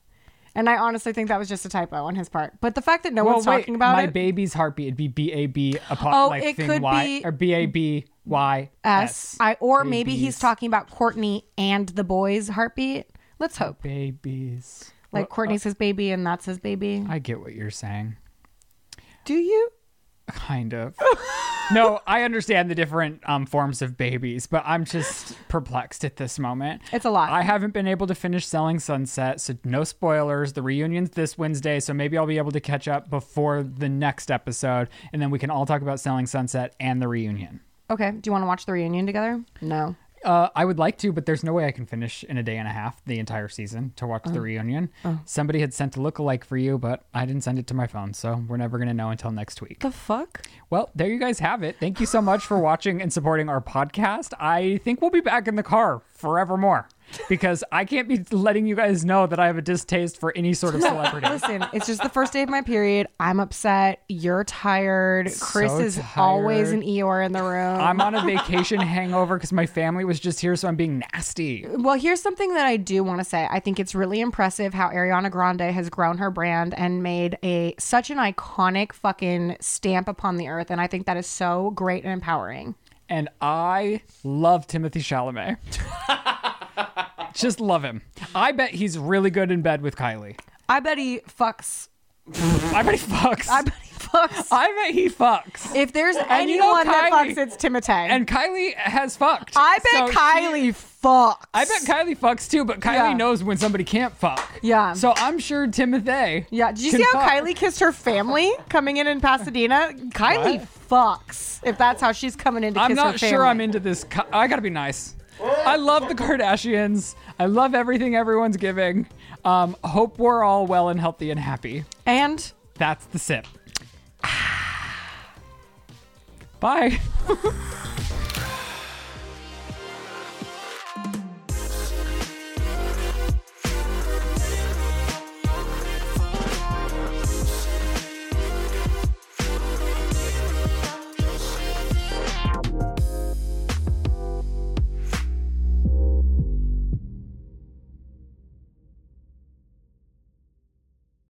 S2: And I honestly think that was just a typo on his part. But the fact that no one's
S1: wait,
S2: talking about
S1: my
S2: it,
S1: baby's heartbeat. It'd be B A B
S2: Oh,
S1: like
S2: it
S1: thing
S2: could
S1: Y
S2: be-
S1: or B A B Y
S2: S, I, or maybe he's
S1: Babies.
S2: talking about Courtney and the boy's heartbeat. Let's hope.
S1: Babies.
S2: Like Courtney's his baby and that's his baby.
S1: uh, I get what you're saying.
S2: Do you?
S1: Kind of. no, I understand the different um, forms of babies, but I'm just perplexed at this moment.
S2: It's a lot.
S1: I haven't been able to finish selling Sunset, so no spoilers. The reunion's this Wednesday, so maybe I'll be able to catch up before the next episode, and then we can all talk about selling Sunset and the reunion.
S2: Okay. Do you want to watch the reunion together? No.
S1: Uh, I would like to, but there's no way I can finish in a day and a half the entire season to watch
S2: Oh.
S1: the reunion. Somebody had sent a lookalike for you, but I didn't send it to my phone, so we're never going to know until next week.
S2: The fuck?
S1: Well, there you guys have it. Thank you so much for watching and supporting our podcast. I think we'll be back in the car forevermore because I can't be letting you guys know that I have a distaste for any sort of celebrity.
S2: Listen, it's just the first day of my period. I'm upset. You're tired. Chris
S1: So
S2: is always an
S1: tired.
S2: Eeyore in the room.
S1: I'm on a vacation hangover because my family was just here, so I'm being nasty.
S2: Well, here's something that I do want to say. I think it's really impressive how Ariana Grande has grown her brand and made a such an iconic fucking stamp upon the earth, and I think that is so great and empowering.
S1: And I love Timothy Chalamet. just love him. I bet he's really good in bed with Kylie.
S2: I bet he fucks.
S1: I bet he fucks.
S2: I
S1: I,
S2: bet he fucks.
S1: bet he fucks.
S2: if there's
S1: you know
S2: anyone that
S1: Kylie-
S2: fucks, it's Timotei.
S1: And Kylie has fucked.
S2: I bet
S1: So she-
S2: Kylie fucks.
S1: I bet Kylie fucks too, but Kylie
S2: Yeah.
S1: knows when somebody can't fuck.
S2: Yeah.
S1: So I'm sure Timothy.
S2: Yeah. Did you
S1: can
S2: see how
S1: fuck.
S2: Kylie kissed her family coming in in Pasadena? Kylie fucks. If that's how she's coming in to
S1: I'm
S2: kiss
S1: not
S2: her
S1: sure I'm
S2: family.
S1: into this. Ki- I gotta be nice. I love the Kardashians. I love everything everyone's giving. Um, hope we're all well and healthy and happy.
S2: And
S1: That's the sip. Bye.